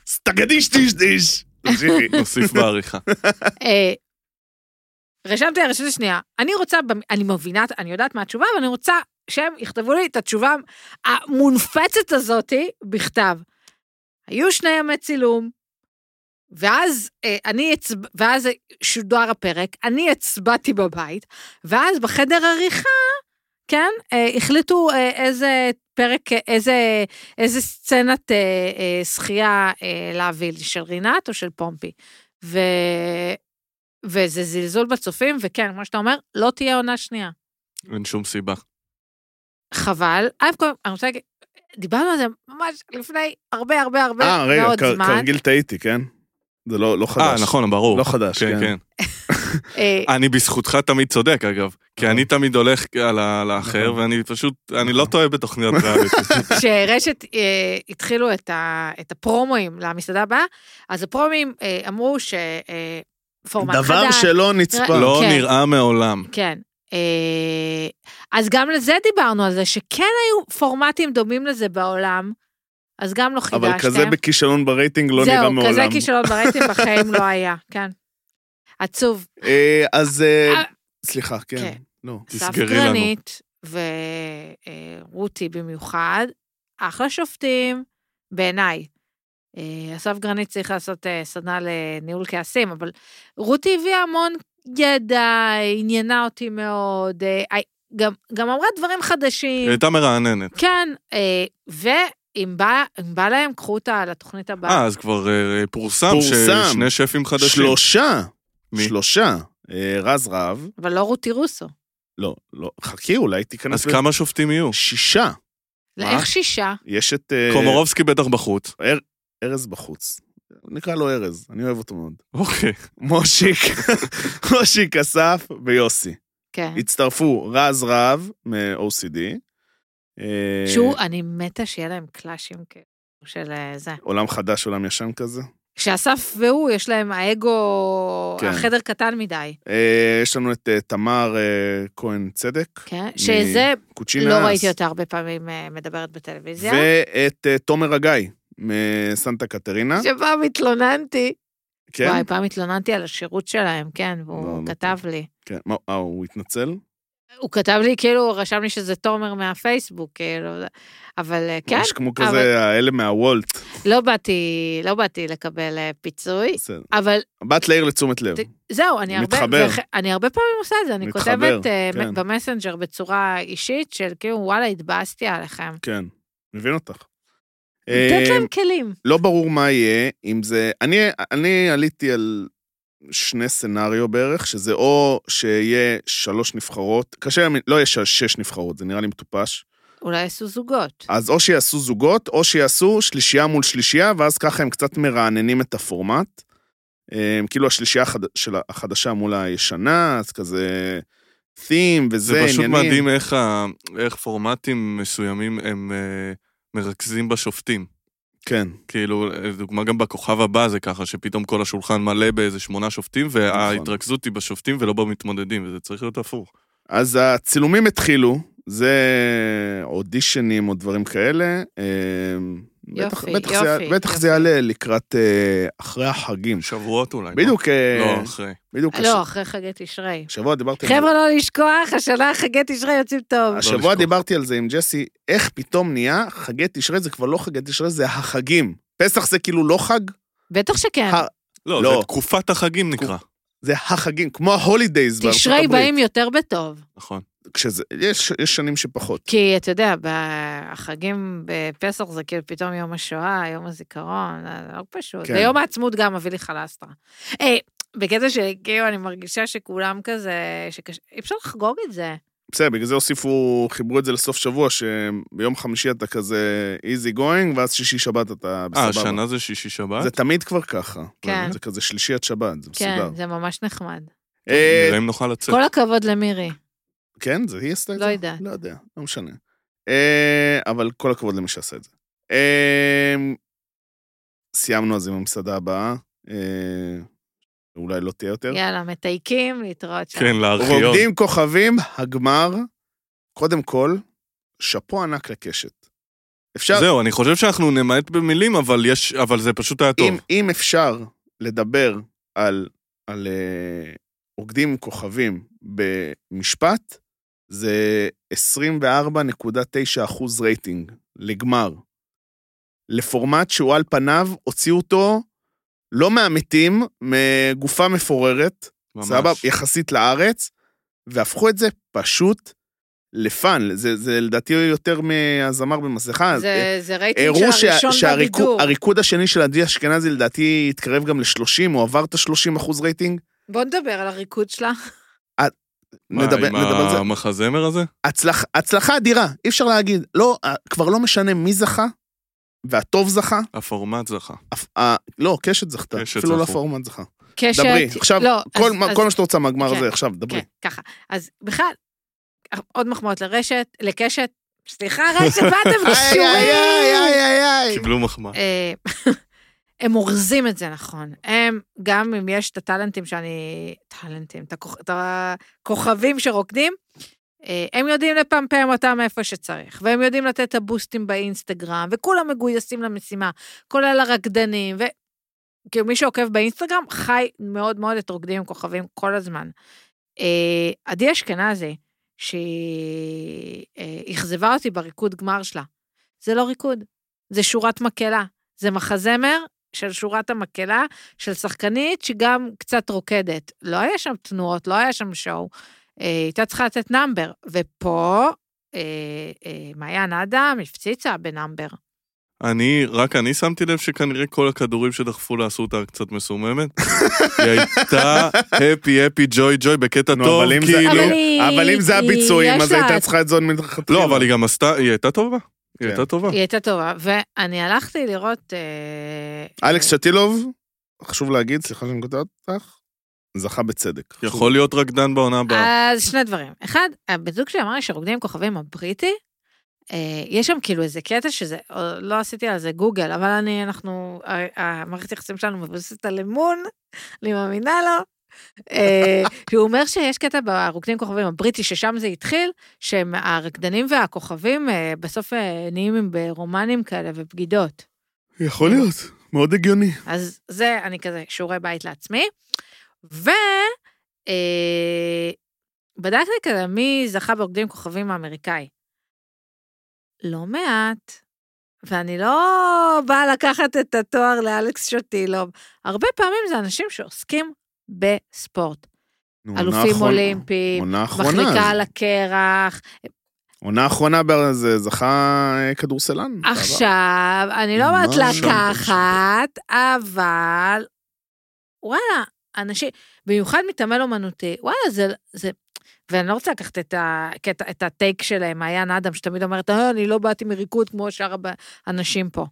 [SPEAKER 1] סטגדיש דיש דיש. תמשיכי.
[SPEAKER 3] נוסיף בעריכה.
[SPEAKER 2] אה, רשמתי על הרשות השנייה. אני רוצה, במ- אני מבינה, אני יודעת מה התשובה, אבל אני רוצה שהם יכתבו לי את התשובה המונפצת הזאתי בכתב. היו שני ימי צילום, ואז, אה, אני הצב... ואז שודר הפרק, אני הצבעתי בבית, ואז בחדר עריכה, כן, אה, החליטו אה, איזה פרק, אה, איזה, איזה סצנת אה, אה, שחייה אה, להביא לי, של רינת או של פומפי. ו... וזה זלזול בצופים, וכן, כמו שאתה אומר, לא תהיה עונה שנייה.
[SPEAKER 3] אין שום סיבה.
[SPEAKER 2] חבל. א' כל, אני רוצה להגיד, דיברנו על זה ממש לפני הרבה הרבה הרבה
[SPEAKER 1] אה, רגע,
[SPEAKER 2] מאוד
[SPEAKER 1] כ-
[SPEAKER 2] זמן.
[SPEAKER 1] כרגיל טעיתי, כן? זה לא לא
[SPEAKER 3] אה,
[SPEAKER 1] חדש.
[SPEAKER 3] נכון, ברור.
[SPEAKER 1] לא חדש,
[SPEAKER 3] כן,
[SPEAKER 1] כן.
[SPEAKER 3] כן.
[SPEAKER 2] אה,
[SPEAKER 3] אני בזכותך תמיד צודק, אגב. כי אני תמיד הולך על ה- על האחר,
[SPEAKER 1] נכון.
[SPEAKER 3] ואני פשוט, אני
[SPEAKER 1] נכון.
[SPEAKER 3] לא טועה בתוכניות
[SPEAKER 1] *laughs*
[SPEAKER 3] ריאליטי.
[SPEAKER 2] כשרשת אה, התחילו את, ה, את הפרומואים למסעדה הבאה, אז הפרומואים אה, אמרו שפורמט חדש.
[SPEAKER 1] דבר שלא נצפה.
[SPEAKER 3] לא
[SPEAKER 2] כן.
[SPEAKER 3] נראה מעולם.
[SPEAKER 2] כן. אה, אז גם לזה דיברנו על זה, שכן היו פורמטים דומים לזה בעולם, אז גם לא חידשתם.
[SPEAKER 1] אבל כזה בכישלון ברייטינג לא נראה מעולם.
[SPEAKER 2] זהו, כזה כישלון ברייטינג בחיים לא היה, כן. עצוב.
[SPEAKER 1] אה, אז... אה,
[SPEAKER 2] אה,
[SPEAKER 1] סליחה, כן.
[SPEAKER 2] כן.
[SPEAKER 1] נו.
[SPEAKER 2] אסף
[SPEAKER 3] תסגרי לנו.
[SPEAKER 2] גרנית ורותי במיוחד, אחלה שופטים, בעיניי. אה, אסף גרנית צריך לעשות אה, סדנה לניהול כעסים, אבל רותי הביאה המון ידע, עניינה אותי מאוד, אה, אה, גם, גם אמרה דברים חדשים.
[SPEAKER 3] היא הייתה מרעננת.
[SPEAKER 2] כן, אה, ואם בא, אם בא להם, קחו אותה לתוכנית הבאה.
[SPEAKER 3] אה, אז כבר אה, פורסם
[SPEAKER 1] פורסם.
[SPEAKER 3] ששני שפים חדשים.
[SPEAKER 1] שלושה.
[SPEAKER 3] מי?
[SPEAKER 1] שלושה. אה, רז רהב.
[SPEAKER 2] אבל לא רותי רוסו. לא.
[SPEAKER 1] לא, לא. חכי, אולי תיכנס...
[SPEAKER 3] אז
[SPEAKER 1] ב-
[SPEAKER 3] כמה שופטים יהיו?
[SPEAKER 1] שישה.
[SPEAKER 2] לא,
[SPEAKER 3] מה?
[SPEAKER 2] איך שישה?
[SPEAKER 1] יש את... אה,
[SPEAKER 3] קומורובסקי בטח בחוץ.
[SPEAKER 1] ארז בחוץ. נקרא לו ארז, אני אוהב אותו מאוד.
[SPEAKER 3] אוקיי.
[SPEAKER 1] מושיק, *laughs* מושיק אסף ויוסי.
[SPEAKER 2] כן.
[SPEAKER 1] הצטרפו רז רהב מ-OCD. אה,
[SPEAKER 2] שהוא, אני מתה שיהיה להם קלאשים כאילו של אה, זה.
[SPEAKER 1] עולם חדש, עולם ישן כזה.
[SPEAKER 2] שאסף והוא, יש להם האגו,
[SPEAKER 1] כן.
[SPEAKER 2] החדר קטן מדי.
[SPEAKER 1] אה, יש לנו את אה, תמר אה, כהן צדק.
[SPEAKER 2] כן? שזה,
[SPEAKER 1] קוצ'ינה
[SPEAKER 2] לא
[SPEAKER 1] אס.
[SPEAKER 2] ראיתי אותה הרבה פעמים אה, מדברת בטלוויזיה.
[SPEAKER 1] ואת אה, תומר הגיא מסנטה קטרינה.
[SPEAKER 2] שפעם התלוננתי.
[SPEAKER 1] כן?
[SPEAKER 2] וואי, פעם התלוננתי על השירות שלהם, כן,
[SPEAKER 1] לא,
[SPEAKER 2] והוא
[SPEAKER 1] לא
[SPEAKER 2] כתב לי.
[SPEAKER 1] כן. מה, אה, הוא התנצל?
[SPEAKER 2] הוא כתב לי, כאילו, רשם לי שזה תומר מהפייסבוק, כאילו, אבל אה, כן,
[SPEAKER 1] ממש כמו
[SPEAKER 2] אבל-
[SPEAKER 1] כזה, האלה מהוולט.
[SPEAKER 2] לא באתי, לא באתי לקבל אה, פיצוי,
[SPEAKER 1] בסדר.
[SPEAKER 2] אבל
[SPEAKER 1] באת להעיר לתשומת לב.
[SPEAKER 2] ת- זהו, אני הרבה,
[SPEAKER 1] מתחבר.
[SPEAKER 2] ואח- אני הרבה פעמים עושה את זה, אני
[SPEAKER 1] מתחבר,
[SPEAKER 2] כותבת אה,
[SPEAKER 1] כן.
[SPEAKER 2] מ- במסנג'ר בצורה אישית של כאילו, וואלה, התבאסתי עליכם.
[SPEAKER 1] כן, מבין אותך.
[SPEAKER 2] לתת
[SPEAKER 1] אה,
[SPEAKER 2] להם כלים.
[SPEAKER 1] לא ברור מה יהיה, אם זה... אני, אני עליתי על שני סנאריו בערך, שזה או שיהיה שלוש נבחרות, קשה, להאמין, לא יהיה ש- שש נבחרות, זה נראה לי מטופש.
[SPEAKER 2] אולי יעשו זוגות.
[SPEAKER 1] אז או שיעשו זוגות, או שיעשו שלישייה מול שלישייה, ואז ככה הם קצת מרעננים את הפורמט. הם כאילו השלישייה החד... של החדשה מול הישנה, אז כזה... תים וזה,
[SPEAKER 3] זה
[SPEAKER 1] עניינים.
[SPEAKER 3] פשוט מדהים איך ה- איך פורמטים מסוימים הם אה, מרכזים בשופטים.
[SPEAKER 1] כן.
[SPEAKER 3] כאילו, דוגמה גם בכוכב הבא זה ככה, שפתאום כל השולחן מלא באיזה שמונה שופטים, וההתרכזות היא בשופטים ולא במתמודדים, וזה צריך להיות הפוך.
[SPEAKER 1] אז הצילומים התחילו, זה אודישנים או דברים כאלה. אה, בטח,
[SPEAKER 2] יופי,
[SPEAKER 1] בטח
[SPEAKER 2] יופי,
[SPEAKER 1] זה, בטח
[SPEAKER 2] יופי.
[SPEAKER 1] זה יעלה לקראת אה, אחרי החגים.
[SPEAKER 3] שבועות אולי. לא?
[SPEAKER 1] בדיוק, אה,
[SPEAKER 3] לא, אחרי.
[SPEAKER 1] בדיוק. הש-
[SPEAKER 2] לא, אחרי חגי תשרי.
[SPEAKER 1] השבוע דיברתי, על
[SPEAKER 2] חבר'ה, לא לשכוח, השנה חגי תשרי יוצאים טוב.
[SPEAKER 1] זה,
[SPEAKER 3] לא
[SPEAKER 1] השבוע
[SPEAKER 3] לשכוח.
[SPEAKER 1] דיברתי על זה עם ג'סי, איך פתאום נהיה חגי תשרי, זה כבר לא חגי תשרי, זה החגים. פסח זה כאילו לא חג,
[SPEAKER 2] בטח שכן.
[SPEAKER 1] ה-
[SPEAKER 3] לא,
[SPEAKER 1] לא.
[SPEAKER 3] זה תקופת החגים נקרא.
[SPEAKER 1] זה החגים, כמו ההולידייז בארצות הברית.
[SPEAKER 2] תשרי באים יותר בטוב.
[SPEAKER 3] נכון.
[SPEAKER 1] כשזה, יש, יש שנים שפחות.
[SPEAKER 2] כי אתה יודע, ב- החגים בפסח זה כאילו פתאום יום השואה, יום הזיכרון, זה לא פשוט.
[SPEAKER 1] כן.
[SPEAKER 2] ויום העצמות גם מביא לי חלסטרה. היי, בקטע שכאילו אני מרגישה שכולם כזה, שקש... אי אפשר לחגוג את זה.
[SPEAKER 1] בסדר, בגלל זה הוסיפו, חיברו את זה לסוף שבוע, שביום חמישי אתה כזה easy going, ואז שישי שבת אתה בסבבה.
[SPEAKER 3] אה, השנה זה שישי שבת?
[SPEAKER 1] זה תמיד כבר ככה.
[SPEAKER 2] כן.
[SPEAKER 1] זה כזה שלישי עד שבת, זה מסודר.
[SPEAKER 2] כן, זה ממש נחמד.
[SPEAKER 1] אה,
[SPEAKER 3] נראה אם נוכל לצאת.
[SPEAKER 2] כל הכבוד למירי.
[SPEAKER 1] כן, זה היא עשתה את זה?
[SPEAKER 2] לא יודעת.
[SPEAKER 1] לא יודע, לא משנה. אה, אבל כל הכבוד למי שעשה את זה. אה, סיימנו אז עם המסעדה הבאה. אה, אולי לא תהיה יותר.
[SPEAKER 2] יאללה, מתייקים, להתראות שם.
[SPEAKER 3] כן, לארכיון.
[SPEAKER 1] רוקדים כוכבים, הגמר. קודם כל, שאפו ענק לקשת. אפשר,
[SPEAKER 3] זהו, אני חושב שאנחנו נמעט במילים, אבל יש- אבל זה פשוט היה טוב.
[SPEAKER 1] אם, אם אפשר לדבר על, על אה, רוקדים עם כוכבים במשפט, זה 24.9 אחוז רייטינג לגמר. לפורמט שהוא על פניו, הוציאו אותו לא מהמתים, מגופה מפוררת,
[SPEAKER 3] ממש.
[SPEAKER 1] סבבה, יחסית לארץ, והפכו את זה פשוט לפאן. זה, זה לדעתי יותר מהזמר במסכה. אה,
[SPEAKER 2] זה, זה רייטינג
[SPEAKER 1] הראו שה-
[SPEAKER 2] שהראשון
[SPEAKER 1] שהריקוד
[SPEAKER 2] בבידור.
[SPEAKER 1] הריקוד השני של עדי אשכנזי לדעתי התקרב גם ל-30, הוא עבר את ה-30 אחוז רייטינג.
[SPEAKER 2] בוא נדבר על הריקוד שלה.
[SPEAKER 3] מה,
[SPEAKER 1] נדבר
[SPEAKER 3] עם
[SPEAKER 1] נדבר על זה.
[SPEAKER 3] המחזמר הזה?
[SPEAKER 1] הצלח- הצלחה אדירה, אי אפשר להגיד. לא, אה, כבר לא משנה מי זכה, והטוב זכה.
[SPEAKER 3] הפורמט זכה.
[SPEAKER 1] אף- אה, לא, קשת זכתה,
[SPEAKER 3] קשת
[SPEAKER 1] אפילו לא
[SPEAKER 3] זכו.
[SPEAKER 1] פורמט זכה.
[SPEAKER 2] קשת...
[SPEAKER 1] דברי, עכשיו,
[SPEAKER 2] לא,
[SPEAKER 1] כל
[SPEAKER 2] אז-
[SPEAKER 1] מה-
[SPEAKER 2] אז-
[SPEAKER 1] כל מה שאת רוצה מהגמר
[SPEAKER 2] כן,
[SPEAKER 1] הזה, עכשיו, דברי.
[SPEAKER 2] כן, ככה. אז בכלל, עוד מחמאות לרשת, לקשת, סליחה רשת, באתם
[SPEAKER 1] איי, איי, איי,
[SPEAKER 2] בשיעורים.
[SPEAKER 1] איי, איי, איי.
[SPEAKER 3] קיבלו מחמאה.
[SPEAKER 2] אה, *laughs* הם אורזים את זה נכון. הם, גם אם יש את הטאלנטים שאני... טאלנטים, את הכוכ- את הכוכבים שרוקדים, אה, הם יודעים לפמפם אותם איפה שצריך, והם יודעים לתת את הבוסטים באינסטגרם, וכולם מגויסים למשימה, כולל הרקדנים, ו... כאילו מי שעוקב באינסטגרם חי מאוד מאוד את רוקדים עם כוכבים כל הזמן. אה, עדי אשכנזי, שהיא אה, אכזבה אותי בריקוד גמר שלה, זה לא ריקוד, זה שורת מקהלה, זה מחזמר של שורת המקהלה של שחקנית שגם קצת רוקדת. לא היה שם תנועות, לא היה שם שואו. אה, היא הייתה צריכה לתת נאמבר, ופה אה, אה, מעיין אדם הפציצה בנאמבר.
[SPEAKER 3] אני, רק אני שמתי לב שכנראה כל הכדורים שדחפו לה עשו אותה
[SPEAKER 1] *laughs*
[SPEAKER 3] קצת מסוממת. היא הייתה הפי הפי ג'וי ג'וי בקטע
[SPEAKER 1] נו,
[SPEAKER 3] טוב,
[SPEAKER 1] אבל אם זה-
[SPEAKER 3] כאילו.
[SPEAKER 1] אבל אבל אם זה
[SPEAKER 2] היא-
[SPEAKER 1] הביצועים,
[SPEAKER 2] יש
[SPEAKER 1] אז
[SPEAKER 2] לה
[SPEAKER 1] הייתה
[SPEAKER 2] את
[SPEAKER 1] צריכה את זה עוד מלכתחילה.
[SPEAKER 3] לא, אבל היא גם עשתה, היא הייתה טובה.
[SPEAKER 1] כן.
[SPEAKER 3] היא הייתה טובה.
[SPEAKER 2] היא הייתה טובה, ואני הלכתי לראות... אה,
[SPEAKER 1] אלכס
[SPEAKER 2] אה,
[SPEAKER 1] שטילוב, חשוב להגיד, סליחה שאני קוטע אותך, זכה בצדק.
[SPEAKER 3] יכול להיות רקדן בעונה הבאה.
[SPEAKER 2] אז שני דברים. אחד, הבן זוג שלי אמר לי שרוקדים עם כוכבים הבריטי, אה, יש שם כאילו איזה קטע שזה, אה, לא עשיתי על זה גוגל, אבל אני, אנחנו, אה, המערכת היחסים שלנו מבוססת על אמון, אני מאמינה לו. אה, *laughs* שהוא אומר שיש קטע ברוקדים עם כוכבים הבריטי, ששם זה התחיל, שהרקדנים והכוכבים אה, בסוף אה, נהיים עם ברומנים כאלה ובגידות.
[SPEAKER 1] יכול להיות, מאוד הגיוני.
[SPEAKER 2] אז זה, אני כזה שיעורי בית לעצמי. ו... אה, בדקתי כזה מי זכה ברוקדים עם כוכבים האמריקאי. לא מעט, ואני לא באה לקחת את התואר לאלכס שטילוב. הרבה פעמים זה אנשים שעוסקים בספורט.
[SPEAKER 1] נו, עונה
[SPEAKER 2] אלופים
[SPEAKER 1] אחרונה-
[SPEAKER 2] אולימפיים,
[SPEAKER 1] עונה אחרונה.
[SPEAKER 2] מחליקה
[SPEAKER 1] אז-
[SPEAKER 2] על הקרח.
[SPEAKER 1] עונה אחרונה בר- זה זכה אה, כדורסלן.
[SPEAKER 2] עכשיו, אני לא אומרת
[SPEAKER 1] מה שם?
[SPEAKER 2] לקחת, אבל וואלה, אנשים, במיוחד מתעמל אומנותי, וואלה, זה, זה, ואני לא רוצה לקחת את, ה, את, את הטייק שלהם, מעיין אדם, שתמיד אומרת, אה, אני לא באתי מריקוד כמו שאר האנשים פה.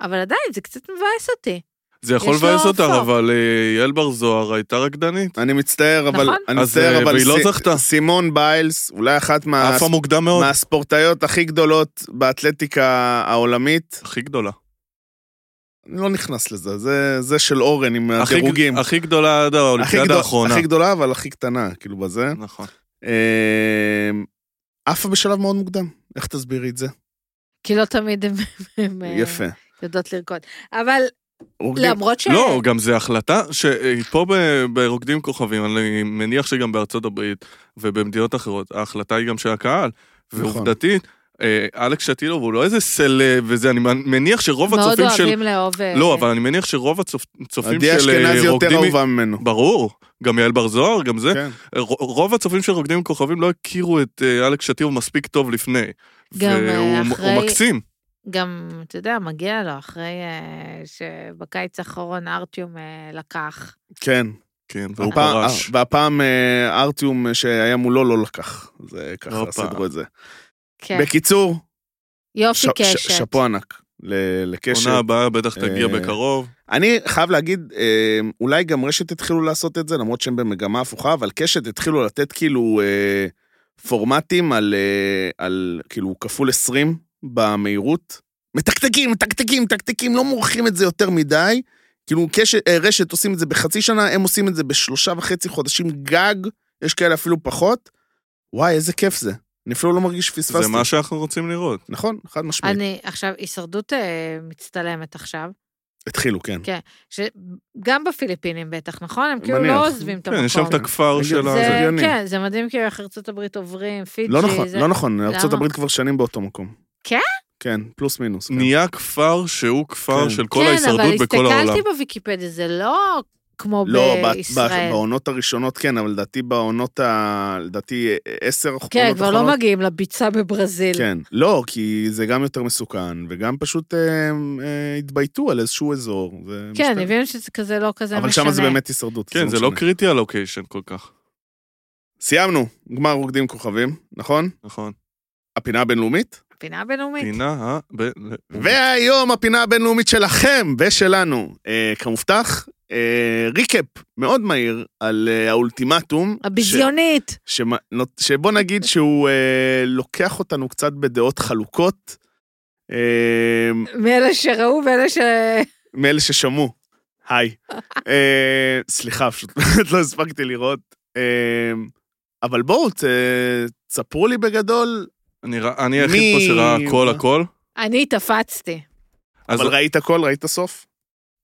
[SPEAKER 2] אבל עדיין, זה קצת מבאס אותי.
[SPEAKER 3] זה יכול
[SPEAKER 2] יש לו
[SPEAKER 3] לבאס אותך,
[SPEAKER 2] סוף.
[SPEAKER 3] אבל אה, יעל בר זוהר הייתה רקדנית.
[SPEAKER 1] אני מצטער, אבל...
[SPEAKER 2] נכון.
[SPEAKER 1] אני
[SPEAKER 3] אז,
[SPEAKER 1] מצטער,
[SPEAKER 3] אה,
[SPEAKER 1] אבל...
[SPEAKER 3] והיא לא
[SPEAKER 1] סי-
[SPEAKER 3] זכתה.
[SPEAKER 1] סימון ביילס, אולי אחת אה, מה-
[SPEAKER 3] עפה מוקדם מאוד.
[SPEAKER 1] מהספורטאיות הכי גדולות באתלטיקה העולמית.
[SPEAKER 3] הכי גדולה.
[SPEAKER 1] אני לא נכנס לזה, זה- זה של אורן עם
[SPEAKER 3] הכי-
[SPEAKER 1] הדירוגים.
[SPEAKER 3] הכי גדולה עד האולימפיאדה
[SPEAKER 1] אה, גדול-
[SPEAKER 3] האחרונה.
[SPEAKER 1] הכי גדולה, אבל הכי קטנה, כאילו, בזה.
[SPEAKER 3] נכון.
[SPEAKER 1] אמ, עפה בשלב מאוד מוקדם. איך תסבירי את זה?
[SPEAKER 2] כי לא תמיד הם, הם אה,
[SPEAKER 1] יפה.
[SPEAKER 2] יודעות לרקוד. אבל
[SPEAKER 1] רוקדים-
[SPEAKER 2] למרות ש...
[SPEAKER 3] לא, גם זו החלטה שפה ב- ברוקדים עם כוכבים, אני מניח שגם בארצות הברית ובמדינות אחרות, ההחלטה היא גם של הקהל.
[SPEAKER 1] נכון.
[SPEAKER 3] ועובדתית, אה, אלכס שטילוב הוא לא איזה סלב וזה, אני מניח שרוב
[SPEAKER 2] מאוד
[SPEAKER 3] הצופים של...
[SPEAKER 2] אוהבים אה, כן. לאהוב...
[SPEAKER 3] לא, אבל אני מניח שרוב הצופים
[SPEAKER 1] עדי
[SPEAKER 3] של
[SPEAKER 1] אשכנזי
[SPEAKER 3] אה,
[SPEAKER 1] יותר
[SPEAKER 3] רוקדים...
[SPEAKER 1] אהובה ממנו.
[SPEAKER 3] ברור, גם יעל בר זוהר, גם זה.
[SPEAKER 1] כן.
[SPEAKER 3] ר- רוב הצופים של רוקדים עם כוכבים לא הכירו את אה, אלכס שטילוב מספיק טוב לפני.
[SPEAKER 2] גם, אה,
[SPEAKER 3] והוא-
[SPEAKER 2] אחרי-
[SPEAKER 3] הוא מקסים.
[SPEAKER 2] גם, אתה יודע, מגיע לו, אחרי אה, שבקיץ האחרון ארטיום אה, לקח.
[SPEAKER 1] כן.
[SPEAKER 3] כן, והוא
[SPEAKER 1] הפעם- אה,
[SPEAKER 3] פרש.
[SPEAKER 1] והפעם אה, ארטיום שהיה מולו לא לקח. זה ככה
[SPEAKER 3] הופה.
[SPEAKER 1] סדרו את זה.
[SPEAKER 2] כן,
[SPEAKER 1] בקיצור,
[SPEAKER 2] יופי
[SPEAKER 1] ש- ש-
[SPEAKER 2] קשת.
[SPEAKER 1] שאפו ענק ל- לקשת.
[SPEAKER 3] עונה הבאה בטח תגיע
[SPEAKER 1] אה,
[SPEAKER 3] בקרוב.
[SPEAKER 1] אני חייב להגיד, אה, אולי גם רשת התחילו לעשות את זה, למרות שהם במגמה הפוכה, אבל קשת התחילו לתת כאילו אה, פורמטים על, אה, על כאילו כפול 20 במהירות. מתקתקים, מתקתקים, מתקתקים, לא מורחים את זה יותר מדי. כאילו קשת, אה, רשת עושים את זה בחצי שנה, הם עושים את זה בשלושה וחצי חודשים גג, יש כאלה אפילו פחות. וואי, איזה כיף זה. אני אפילו לא מרגיש שפספסתי.
[SPEAKER 3] זה מה שאנחנו רוצים לראות.
[SPEAKER 1] נכון, חד משמעית.
[SPEAKER 2] אני עכשיו, הישרדות אה, מצטלמת עכשיו,
[SPEAKER 1] התחילו, כן.
[SPEAKER 2] שגם בפיליפינים בטח, נכון? הם כאילו
[SPEAKER 1] מניח.
[SPEAKER 2] לא עוזבים את המקום.
[SPEAKER 3] כן, יש שם את הכפר
[SPEAKER 1] רגע,
[SPEAKER 3] של
[SPEAKER 1] זה- לא
[SPEAKER 3] ה...
[SPEAKER 2] זה,
[SPEAKER 1] הגיוני.
[SPEAKER 2] כן, זה מדהים כאילו איך ארצות הברית עוברים, פיג'י,
[SPEAKER 1] לא נכון,
[SPEAKER 2] זה...
[SPEAKER 1] לא נכון, ארצות
[SPEAKER 2] למה?
[SPEAKER 1] הברית כבר שנים באותו מקום.
[SPEAKER 2] כן?
[SPEAKER 1] כן, פלוס מינוס. כן.
[SPEAKER 3] נהיה כפר שהוא
[SPEAKER 1] כן.
[SPEAKER 3] כפר של כל
[SPEAKER 2] כן,
[SPEAKER 3] ההישרדות בכל
[SPEAKER 2] אבל
[SPEAKER 3] העולם.
[SPEAKER 2] הסתכלתי בוויקיפדיה, זה לא כמו
[SPEAKER 1] לא, ב- ב-
[SPEAKER 2] בישראל.
[SPEAKER 1] בעונות הראשונות כן, אבל לדעתי בעונות ה... לדעתי עשר אחרונות
[SPEAKER 2] כן, כבר לא
[SPEAKER 1] אחרונות-
[SPEAKER 2] מגיעים לביצה בברזיל.
[SPEAKER 1] כן, לא, כי זה גם יותר מסוכן, וגם פשוט אה, אה, התבייתו על איזשהו אזור. זה
[SPEAKER 2] כן,
[SPEAKER 1] משתנה.
[SPEAKER 2] הבינו שזה כזה לא כזה משנה.
[SPEAKER 1] אבל שם זה באמת הישרדות.
[SPEAKER 3] כן, זה לא
[SPEAKER 1] משנה.
[SPEAKER 3] קריטי הלוקיישן כל כך,
[SPEAKER 1] סיימנו, גמר רוקדים כוכבים, נכון?
[SPEAKER 3] נכון.
[SPEAKER 1] הפינה הבינלאומית.
[SPEAKER 2] פינה בינלאומית.
[SPEAKER 3] פינה ה... ב-
[SPEAKER 1] והיום הפינה הבינלאומית שלכם ושלנו. אה, כמובטח, אה, ריקאפ מאוד מהיר על אה, האולטימטום. ש-
[SPEAKER 2] הביזיונית.
[SPEAKER 1] שמ- נות- שבוא נגיד שהוא אה, לוקח אותנו קצת בדעות חלוקות, אה,
[SPEAKER 2] מאלה שראו ואלה ש...
[SPEAKER 1] מאלה ששמעו, *laughs* היי. אה, סליחה, פשוט לא הספקתי לראות. אה, אבל בואו, ת- תספרו לי בגדול,
[SPEAKER 3] אני רא- אני היחיד פה
[SPEAKER 1] מי-
[SPEAKER 3] שראה הכל הכל.
[SPEAKER 2] אני תפצתי.
[SPEAKER 3] אז
[SPEAKER 1] אבל ראית הכל, ראית סוף?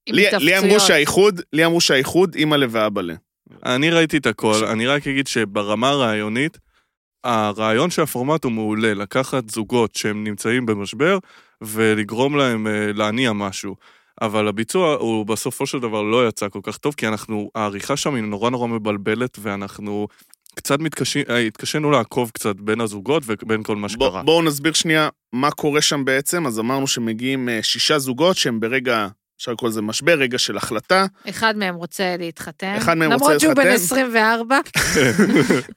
[SPEAKER 2] עם
[SPEAKER 1] לי- לי אמרו
[SPEAKER 2] התאפצויות.
[SPEAKER 1] שהאיחוד, לי אמרו שהאיחוד, אימא'לה ואבאלה.
[SPEAKER 3] אני ראיתי את הכל, אני רק אגיד שברמה הרעיונית, הרעיון שהפורמט הוא מעולה, לקחת זוגות שהם נמצאים במשבר ולגרום להם אה, להניע משהו. אבל הביצוע הוא בסופו של דבר לא יצא כל כך טוב, כי אנחנו, העריכה שם היא נורא נורא מבלבלת, ואנחנו קצת מתקשים, אה, התקשינו לעקוב קצת בין הזוגות ובין כל מה
[SPEAKER 1] בוא-
[SPEAKER 3] שקרה.
[SPEAKER 1] בואו נסביר שנייה מה קורה שם בעצם. אז אמרנו שמגיעים אה, שישה זוגות שהם ברגע, אפשר לקרוא לזה משבר, רגע של החלטה. *laughs*
[SPEAKER 2] אחד מהם רוצה להתחתן.
[SPEAKER 1] אחד מהם
[SPEAKER 2] למרות
[SPEAKER 1] רוצה
[SPEAKER 2] שהוא בן
[SPEAKER 1] להתחתן. *laughs*
[SPEAKER 2] 24,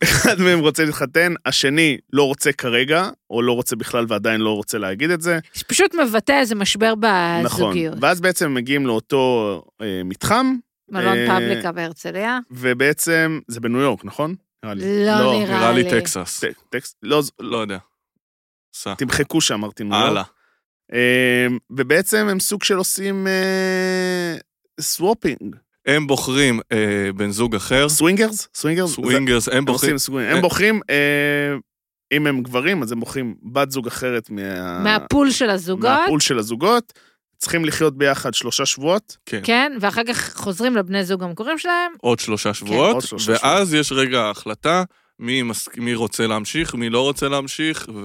[SPEAKER 1] אחד מהם רוצה להתחתן, השני לא רוצה כרגע, או לא רוצה בכלל ועדיין לא רוצה להגיד את זה.
[SPEAKER 2] שפשוט מבטא איזה משבר
[SPEAKER 1] נכון.
[SPEAKER 2] בזוגיות.
[SPEAKER 1] ואז בעצם הם מגיעים לאותו אה, מתחם,
[SPEAKER 2] מלון
[SPEAKER 1] אה,
[SPEAKER 2] פבליקה בהרצליה.
[SPEAKER 1] ובעצם, זה בניו יורק, נכון? נראה לי.
[SPEAKER 2] לא נראה
[SPEAKER 3] נראה לי
[SPEAKER 2] לי.
[SPEAKER 3] טקסס.
[SPEAKER 1] ט- טקסט, לא, ז-
[SPEAKER 3] לא יודע. סע.
[SPEAKER 1] תמחקו שאמרתי ניו יורק.
[SPEAKER 3] הלאה.
[SPEAKER 1] לא. אה, ובעצם הם סוג של עושים אה, סוופינג.
[SPEAKER 3] הם בוחרים אה, בן זוג אחר,
[SPEAKER 1] סווינגרס? סווינגרס? זה-
[SPEAKER 3] סווינגרס, הם
[SPEAKER 1] הם
[SPEAKER 3] בוחרים...
[SPEAKER 1] עושים סווינגרס. הם בוחרים, אה, אם הם גברים, אז הם בוחרים בת זוג אחרת מה-
[SPEAKER 2] מהפול של הזוגות,
[SPEAKER 1] אה, מהפול של הזוגות. צריכים לחיות ביחד שלושה שבועות.
[SPEAKER 2] כן, ואחר כך חוזרים לבני זוג המקורים שלהם.
[SPEAKER 3] עוד שלושה שבועות,
[SPEAKER 1] כן, עוד שלושה
[SPEAKER 3] ואז יש רגע החלטה מי, מס... מי רוצה להמשיך, מי לא רוצה להמשיך, ו...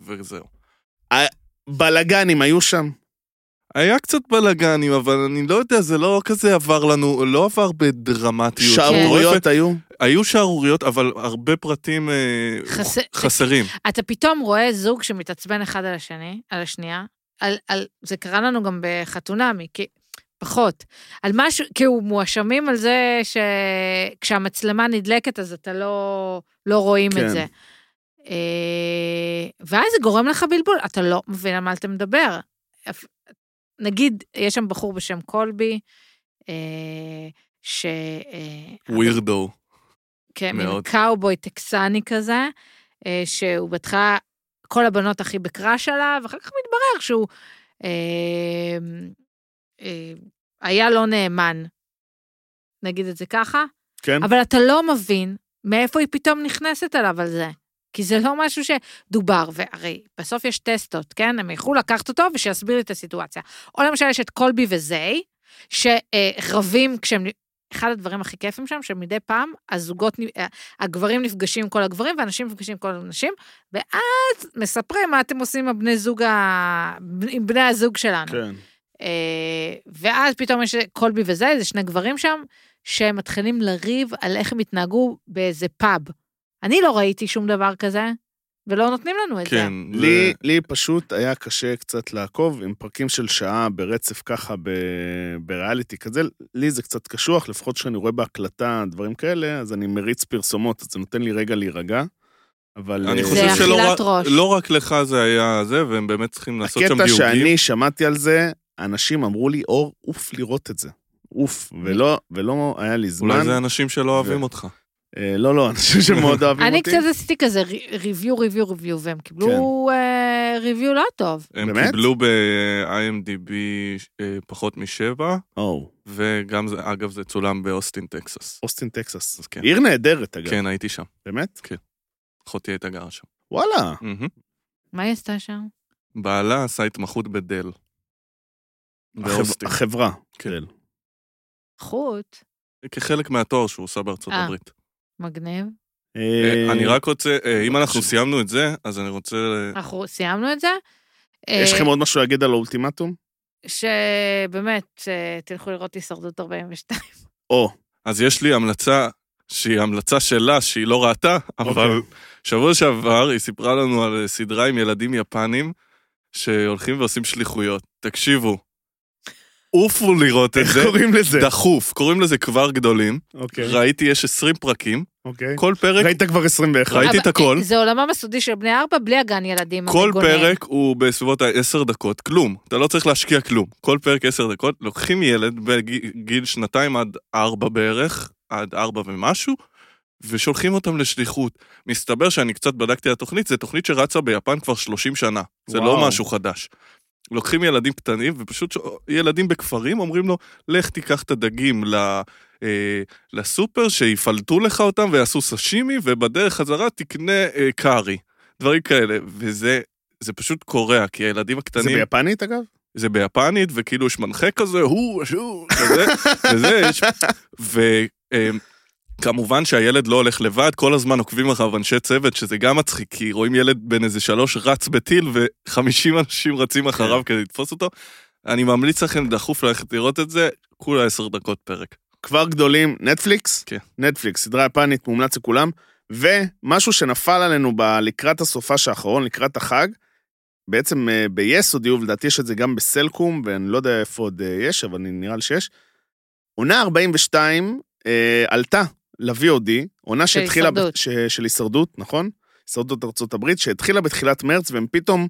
[SPEAKER 3] וזהו.
[SPEAKER 1] בלאגנים היו שם.
[SPEAKER 3] היה קצת בלאגנים, אבל אני לא יודע, זה לא כזה עבר לנו, לא עבר בדרמטיות. מטורפת.
[SPEAKER 1] כן. שערוריות היו.
[SPEAKER 3] היו שערוריות, אבל הרבה פרטים אה,
[SPEAKER 2] חס-
[SPEAKER 3] חסרים.
[SPEAKER 2] אתה פתאום רואה זוג שמתעצבן אחד על השני, על השנייה, על, על, זה קרה לנו גם בחתונמי, כי, פחות, על משהו, כאילו מואשמים על זה שכשהמצלמה נדלקת אז אתה לא, לא רואים
[SPEAKER 1] כן.
[SPEAKER 2] את זה. אה, ואז זה גורם לך בלבול, אתה לא מבין על מה אתה מדבר. אפ- נגיד, יש שם בחור בשם קולבי, אה, ש... אה,
[SPEAKER 3] ווירדו.
[SPEAKER 2] כן, מין
[SPEAKER 3] מאוד.
[SPEAKER 2] קאובוי טקסני כזה, אה, שהוא בהתחלה, כל הבנות הכי בקראש עליו, אחר כך מתברר שהוא אה, אה, היה לא נאמן, נגיד את זה ככה,
[SPEAKER 1] כן.
[SPEAKER 2] אבל אתה לא מבין מאיפה היא פתאום נכנסת אליו על זה. כי זה לא משהו שדובר, והרי בסוף יש טסטות, כן? הם יכלו לקחת אותו ושיסביר לי את הסיטואציה. או למשל יש את קולבי וזיי, שרבים כשהם... אחד הדברים הכי כיפים שם, שמדי פעם הזוגות, נ- אה, הגברים נפגשים עם כל הגברים, ואנשים נפגשים עם כל הנשים, ואז מספרים מה אתם עושים עם הבני זוג, ה... עם בני הזוג שלנו.
[SPEAKER 1] כן.
[SPEAKER 2] אה, ואז פתאום יש קולבי וזה, זה שני גברים שם, שמתחילים לריב על איך הם התנהגו באיזה פאב. אני לא ראיתי שום דבר כזה, ולא נותנים לנו את
[SPEAKER 3] כן.
[SPEAKER 2] זה.
[SPEAKER 1] לא לי, לי פשוט היה קשה קצת לעקוב עם פרקים של שעה ברצף ככה ב, בריאליטי כזה. לי זה קצת קשוח, לפחות כשאני רואה בהקלטה דברים כאלה, אז אני מריץ פרסומות, אז זה נותן לי רגע להירגע. אבל...
[SPEAKER 3] אני
[SPEAKER 1] אה,
[SPEAKER 3] חושב
[SPEAKER 2] זה
[SPEAKER 3] שלא
[SPEAKER 2] אכילת
[SPEAKER 3] רק-
[SPEAKER 2] ראש.
[SPEAKER 3] לא רק לך זה היה זה, והם באמת צריכים לעשות שם
[SPEAKER 1] הקטע
[SPEAKER 3] דיוגים.
[SPEAKER 1] שאני שמעתי על זה, אנשים אמרו לי, אור, עוף לראות את זה. עוף. ולא, ולא היה לי זמן.
[SPEAKER 3] אולי זה אנשים שלא אוהבים
[SPEAKER 1] ו-
[SPEAKER 3] אותך.
[SPEAKER 1] אה, לא, לא, אנשים
[SPEAKER 3] *laughs*
[SPEAKER 1] שמאוד אוהבים
[SPEAKER 2] אני
[SPEAKER 1] אותי.
[SPEAKER 2] קצת עשיתי כזה ריוויו, ריוויו, ריוויו, והם קיבלו אה, ריוויו לא טוב.
[SPEAKER 3] הם
[SPEAKER 1] באמת?
[SPEAKER 3] קיבלו ב-IMDB אה, פחות משבע,
[SPEAKER 1] או,
[SPEAKER 3] וגם זה, אגב, זה צולם באוסטין, טקסס.
[SPEAKER 1] אוסטין, טקסס.
[SPEAKER 3] אז כן.
[SPEAKER 1] עיר נהדרת, אגב.
[SPEAKER 3] כן, הייתי שם.
[SPEAKER 1] באמת?
[SPEAKER 3] אחותי הייתה גרה שם.
[SPEAKER 1] וואלה.
[SPEAKER 3] מהמם.
[SPEAKER 2] מה היא עשתה שם?
[SPEAKER 3] בעלה עשה התמחות בדל.
[SPEAKER 1] החב-
[SPEAKER 3] באוסטין.
[SPEAKER 1] החברה.
[SPEAKER 3] כן.
[SPEAKER 1] כן.
[SPEAKER 2] חוט,
[SPEAKER 3] כחלק מהתואר שהוא עושה בארצות
[SPEAKER 2] אה.
[SPEAKER 3] הברית.
[SPEAKER 2] מגניב.
[SPEAKER 3] אה, אני רק רוצה, אה, אם אנחנו
[SPEAKER 1] בבקשה.
[SPEAKER 3] סיימנו את זה, אז אני רוצה... אה,
[SPEAKER 2] אנחנו סיימנו את זה.
[SPEAKER 1] יש
[SPEAKER 2] אה,
[SPEAKER 1] לכם עוד משהו להגיד על האולטימטום?
[SPEAKER 2] שבאמת, אה, תלכו לראות הישרדות 42.
[SPEAKER 1] או,
[SPEAKER 3] אז יש לי המלצה, שהיא המלצה שלה, שהיא לא ראתה, אבל
[SPEAKER 1] אוקיי.
[SPEAKER 3] שבוע שעבר היא סיפרה לנו על סדרה עם ילדים יפנים, שהולכים ועושים שליחויות. תקשיבו, עופו לראות את
[SPEAKER 1] איך
[SPEAKER 3] זה.
[SPEAKER 1] קוראים לזה?
[SPEAKER 3] דחוף, קוראים לזה כבר גדולים.
[SPEAKER 1] אוקיי,
[SPEAKER 3] ראיתי, יש 20 פרקים,
[SPEAKER 1] אוקיי.
[SPEAKER 3] כל פרק
[SPEAKER 1] ראית כבר 21.
[SPEAKER 3] ראיתי
[SPEAKER 2] אבל,
[SPEAKER 3] את הכל.
[SPEAKER 2] אה, זה עולמם הסודי של בני ארבע בלי הגן ילדים.
[SPEAKER 3] כל
[SPEAKER 2] המגונן.
[SPEAKER 3] פרק הוא בסביבות ה-10 דקות, כלום. אתה לא צריך להשקיע כלום. כל פרק 10 דקות, לוקחים ילד בגיל שנתיים עד 4 בערך, עד 4 ומשהו, ושולחים אותם לשליחות. מסתבר שאני קצת בדקתי על התוכנית, זו תוכנית שרצה ביפן כבר 30 שנה. זה
[SPEAKER 1] וואו.
[SPEAKER 3] לא משהו חדש. לוקחים ילדים קטנים, ופשוט ש- ילדים בכפרים אומרים לו, לך תיקח את הדגים ל... אה, לסופר, שיפלטו לך אותם ויעשו סשימי, ובדרך חזרה תקנה אה, קארי. דברים כאלה. וזה זה פשוט קורע, כי הילדים
[SPEAKER 1] זה
[SPEAKER 3] הקטנים...
[SPEAKER 1] ביפנית, אגב?
[SPEAKER 3] זה ביפנית, וכאילו יש מנחה כזה, הוא, שהוא, כזה, *laughs* וזה, יש... וכמובן שהילד לא הולך לבד, כל הזמן עוקבים אחריו אנשי צוות, שזה גם מצחיק, כי רואים ילד בן איזה שלוש רץ בטיל, וחמישים אנשים רצים אחריו כדי לתפוס אותו. אני ממליץ לכם דחוף ללכת לראות את זה, כולה עשר דקות פרק.
[SPEAKER 1] כבר גדולים, נטפליקס?
[SPEAKER 3] כן.
[SPEAKER 1] נטפליקס, סדרה יפנית, מומלץ לכולם. ומשהו שנפל עלינו ב- לקראת הסופש האחרון, לקראת החג, בעצם אה, ב-yes הודיעו, ולדעתי יש את זה גם בסלקום, ואני לא יודע איפה עוד אה, יש, אבל אני- נראה לי שיש. עונה 42 אה, עלתה ל-VOD, עונה
[SPEAKER 2] של
[SPEAKER 1] שהתחילה... ב-
[SPEAKER 2] הישרדות.
[SPEAKER 1] ש- של הישרדות, נכון? הישרדות ארצות הברית, שהתחילה בתחילת מרץ, והם פתאום,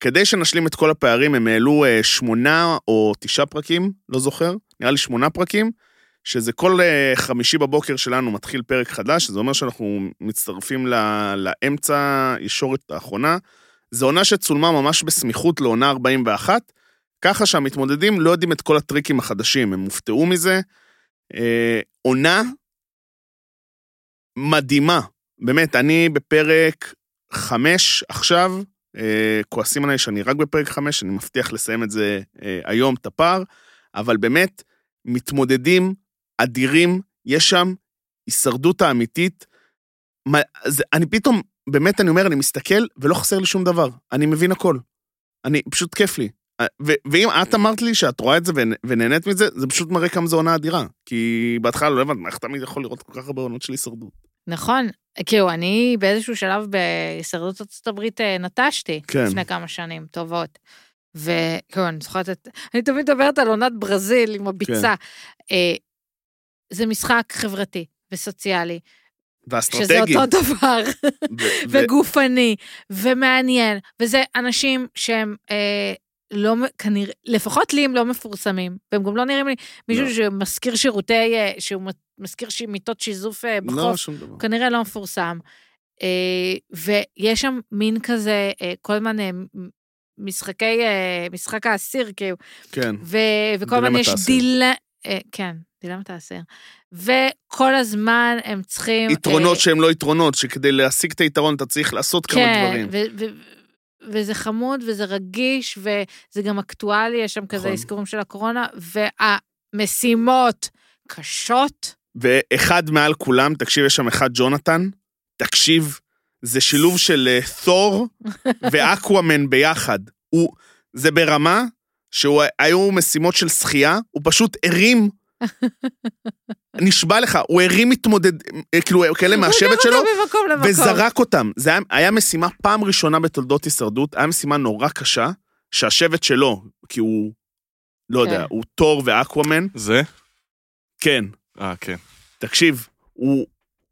[SPEAKER 1] כדי שנשלים את כל הפערים, הם העלו אה, שמונה או תשעה פרקים, לא זוכר, נראה לי שמונה פרקים, שזה כל אה, חמישי בבוקר שלנו מתחיל פרק חדש, זה אומר שאנחנו מצטרפים ל- לאמצע הישורת האחרונה. זו עונה שצולמה ממש בסמיכות לעונה 41, ככה שהמתמודדים לא יודעים את כל הטריקים החדשים, הם הופתעו מזה. אה, עונה מדהימה, באמת, אני בפרק חמש עכשיו, אה, כועסים עליי שאני רק בפרק חמש, אני מבטיח לסיים את זה אה, היום, את הפער, אבל באמת, מתמודדים אדירים, יש שם הישרדות האמיתית. מה, זה, אני פתאום, באמת, אני אומר, אני מסתכל ולא חסר לי שום דבר, אני מבין הכל. אני, פשוט כיף לי. אה, ו- ואם את אמרת לי שאת רואה את זה ונ- ונהנית מזה, זה פשוט מראה כמה זו עונה אדירה. כי בהתחלה לא הבנתי, איך תמיד יכול לראות כל כך הרבה עונות של הישרדות?
[SPEAKER 2] נכון, כאילו, אני באיזשהו שלב בהישרדות ארצות הברית אה, נטשתי,
[SPEAKER 1] כן.
[SPEAKER 2] לפני כמה שנים טובות. וכאילו, אני זוכרת את... אני תמיד מדברת על עונת ברזיל עם הביצה.
[SPEAKER 1] כן.
[SPEAKER 2] אה, זה משחק חברתי וסוציאלי, שזה
[SPEAKER 1] ואסטרטגי.
[SPEAKER 2] אותו דבר, *laughs*
[SPEAKER 1] ו- ו-
[SPEAKER 2] וגופני, ומעניין, וזה אנשים שהם... אה, לא, מ- כנראה, לפחות לי הם לא מפורסמים, והם גם לא נראים לי מישהו
[SPEAKER 1] לא.
[SPEAKER 2] שמזכיר שירותי, אה, שהוא מזכיר ש- מיטות שיזוף אה, בחוף.
[SPEAKER 1] לא, שום דבר.
[SPEAKER 2] הוא כנראה לא מפורסם. אה, ויש שם מין כזה, אה, כל הזמן אה, מ- משחקי, אה, משחק האסיר, כאילו,
[SPEAKER 1] כן.
[SPEAKER 2] ו, וכל הזמן
[SPEAKER 1] דילמת
[SPEAKER 2] יש
[SPEAKER 1] האסיר.
[SPEAKER 2] דיל... אה, כן, דילמת האסיר. וכל הזמן הם צריכים... אה,
[SPEAKER 1] יתרונות שהם לא יתרונות, שכדי להשיג את היתרון אתה צריך לעשות כמה דברים.
[SPEAKER 2] כן, ו- ו- וזה חמוד וזה רגיש, וזה גם אקטואלי, יש שם כזה
[SPEAKER 1] נכון.
[SPEAKER 2] אזכורים של הקורונה, והמשימות קשות.
[SPEAKER 1] ואחד מעל כולם, תקשיב, יש שם אחד ג'ונתן, תקשיב, זה שילוב של אה, תור ואקוואמן ביחד. הוא, זה ברמה שהיו משימות של שחייה, הוא פשוט הרים. נשבע לך, הוא הרים מתמודד, אה, כאילו, כאלה
[SPEAKER 2] *laughs* הוא
[SPEAKER 1] מהשבט
[SPEAKER 2] לקח
[SPEAKER 1] שלו,
[SPEAKER 2] אותה ממקום למקום.
[SPEAKER 1] וזרק אותם. זה היה, היה משימה פעם ראשונה בתולדות הישרדות, היה משימה נורא קשה, שהשבט שלו, כי הוא, לא
[SPEAKER 2] כן.
[SPEAKER 1] יודע, הוא תור ואקוואמן,
[SPEAKER 3] זה?
[SPEAKER 1] כן,
[SPEAKER 3] אה, כן.
[SPEAKER 1] תקשיב, הוא,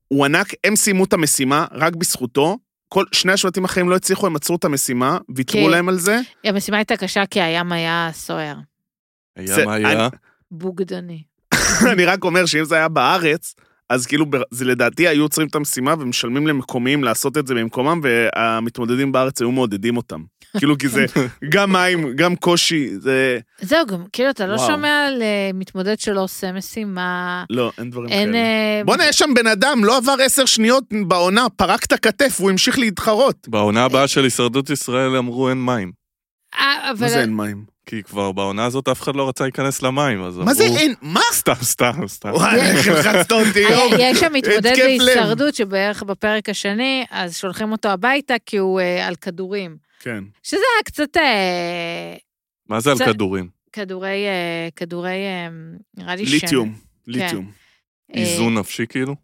[SPEAKER 1] הוא ענק, הם סיימו את המשימה רק בזכותו. כל שני השבטים האחרים לא הצליחו, הם עצרו את המשימה, ויתרו
[SPEAKER 2] כן.
[SPEAKER 1] להם על זה. *laughs*
[SPEAKER 2] המשימה הייתה קשה כי הים היה סוער,
[SPEAKER 1] זה-
[SPEAKER 3] היה מה היה?
[SPEAKER 2] בוגדני.
[SPEAKER 1] אני רק אומר שאם זה היה בארץ, אז כאילו, בר- זה לדעתי היו עוצרים את המשימה ומשלמים למקומיים לעשות את זה במקומם, והמתמודדים בארץ היו מעודדים אותם. כאילו,
[SPEAKER 3] *laughs*
[SPEAKER 1] כי זה גם מים, גם קושי, זה...
[SPEAKER 2] זהו, גם כאילו, אתה לא
[SPEAKER 1] וואו.
[SPEAKER 2] שומע על אה, מתמודד שלא עושה משימה,
[SPEAKER 1] לא, אין דברים
[SPEAKER 2] אין...
[SPEAKER 1] כאלה.
[SPEAKER 2] אה,
[SPEAKER 1] בואנה, יש שם בן אדם, לא עבר עשר שניות בעונה, פרק את הכתף, הוא המשיך להתחרות.
[SPEAKER 3] בעונה
[SPEAKER 1] אה,
[SPEAKER 3] הבאה של הישרדות ישראל אמרו אין מים.
[SPEAKER 2] אה, אבל...
[SPEAKER 1] מה זה אין מים?
[SPEAKER 3] כי כבר בעונה הזאת אף אחד לא רצה להיכנס למים, אז אמרו...
[SPEAKER 1] מה זה אין? מה?
[SPEAKER 3] סתם, סתם, סתם.
[SPEAKER 1] וואי,
[SPEAKER 2] *laughs*
[SPEAKER 1] איך לחצת אותי, יום.
[SPEAKER 2] אה, יש שם מתמודד
[SPEAKER 1] התקף לב.
[SPEAKER 2] בהישרדות שבערך בפרק השני, אז שולחים אותו הביתה כי הוא אה, על כדורים.
[SPEAKER 1] כן.
[SPEAKER 2] שזה היה קצת אה,
[SPEAKER 3] מה זה על
[SPEAKER 2] זה-
[SPEAKER 3] כדורים?
[SPEAKER 2] כדורי, אה, כדורי, אה, נראה לי שן.
[SPEAKER 1] ליתיום, ליתיום.
[SPEAKER 2] אה,
[SPEAKER 3] איזון נפשי כאילו?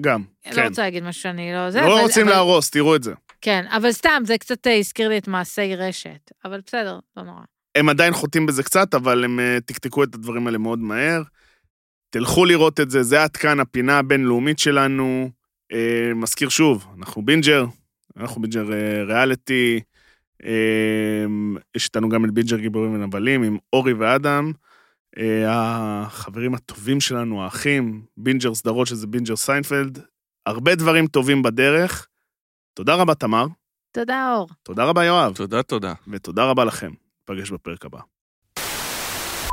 [SPEAKER 1] גם,
[SPEAKER 2] לא
[SPEAKER 1] כן.
[SPEAKER 2] רוצה להגיד משהו שאני לא... זה,
[SPEAKER 1] לא
[SPEAKER 2] אבל-
[SPEAKER 1] רוצים
[SPEAKER 2] אבל-
[SPEAKER 1] להרוס, תראו את זה.
[SPEAKER 2] כן, אבל סתם, זה קצת אה, הזכיר לי את מעשי רשת. אבל בסדר, לא נורא.
[SPEAKER 1] הם עדיין חוטאים בזה קצת, אבל הם אה, תקתקו את הדברים האלה מאוד מהר. תלכו לראות את זה, זה עד כאן הפינה הבינלאומית שלנו. אה, מזכיר שוב, אנחנו בינג'ר, אנחנו בינג'ר אה, ריאליטי. אה, יש איתנו גם את בינג'ר גיבורים ונבלים עם אורי ואדם. אה, החברים הטובים שלנו, האחים, בינג'ר סדרות, שזה בינג'ר סיינפלד. הרבה דברים טובים בדרך. תודה רבה, תמר.
[SPEAKER 2] תודה, אור.
[SPEAKER 1] תודה רבה, יואב.
[SPEAKER 3] תודה, תודה.
[SPEAKER 1] ותודה רבה לכם. ניפגש בפרק הבא.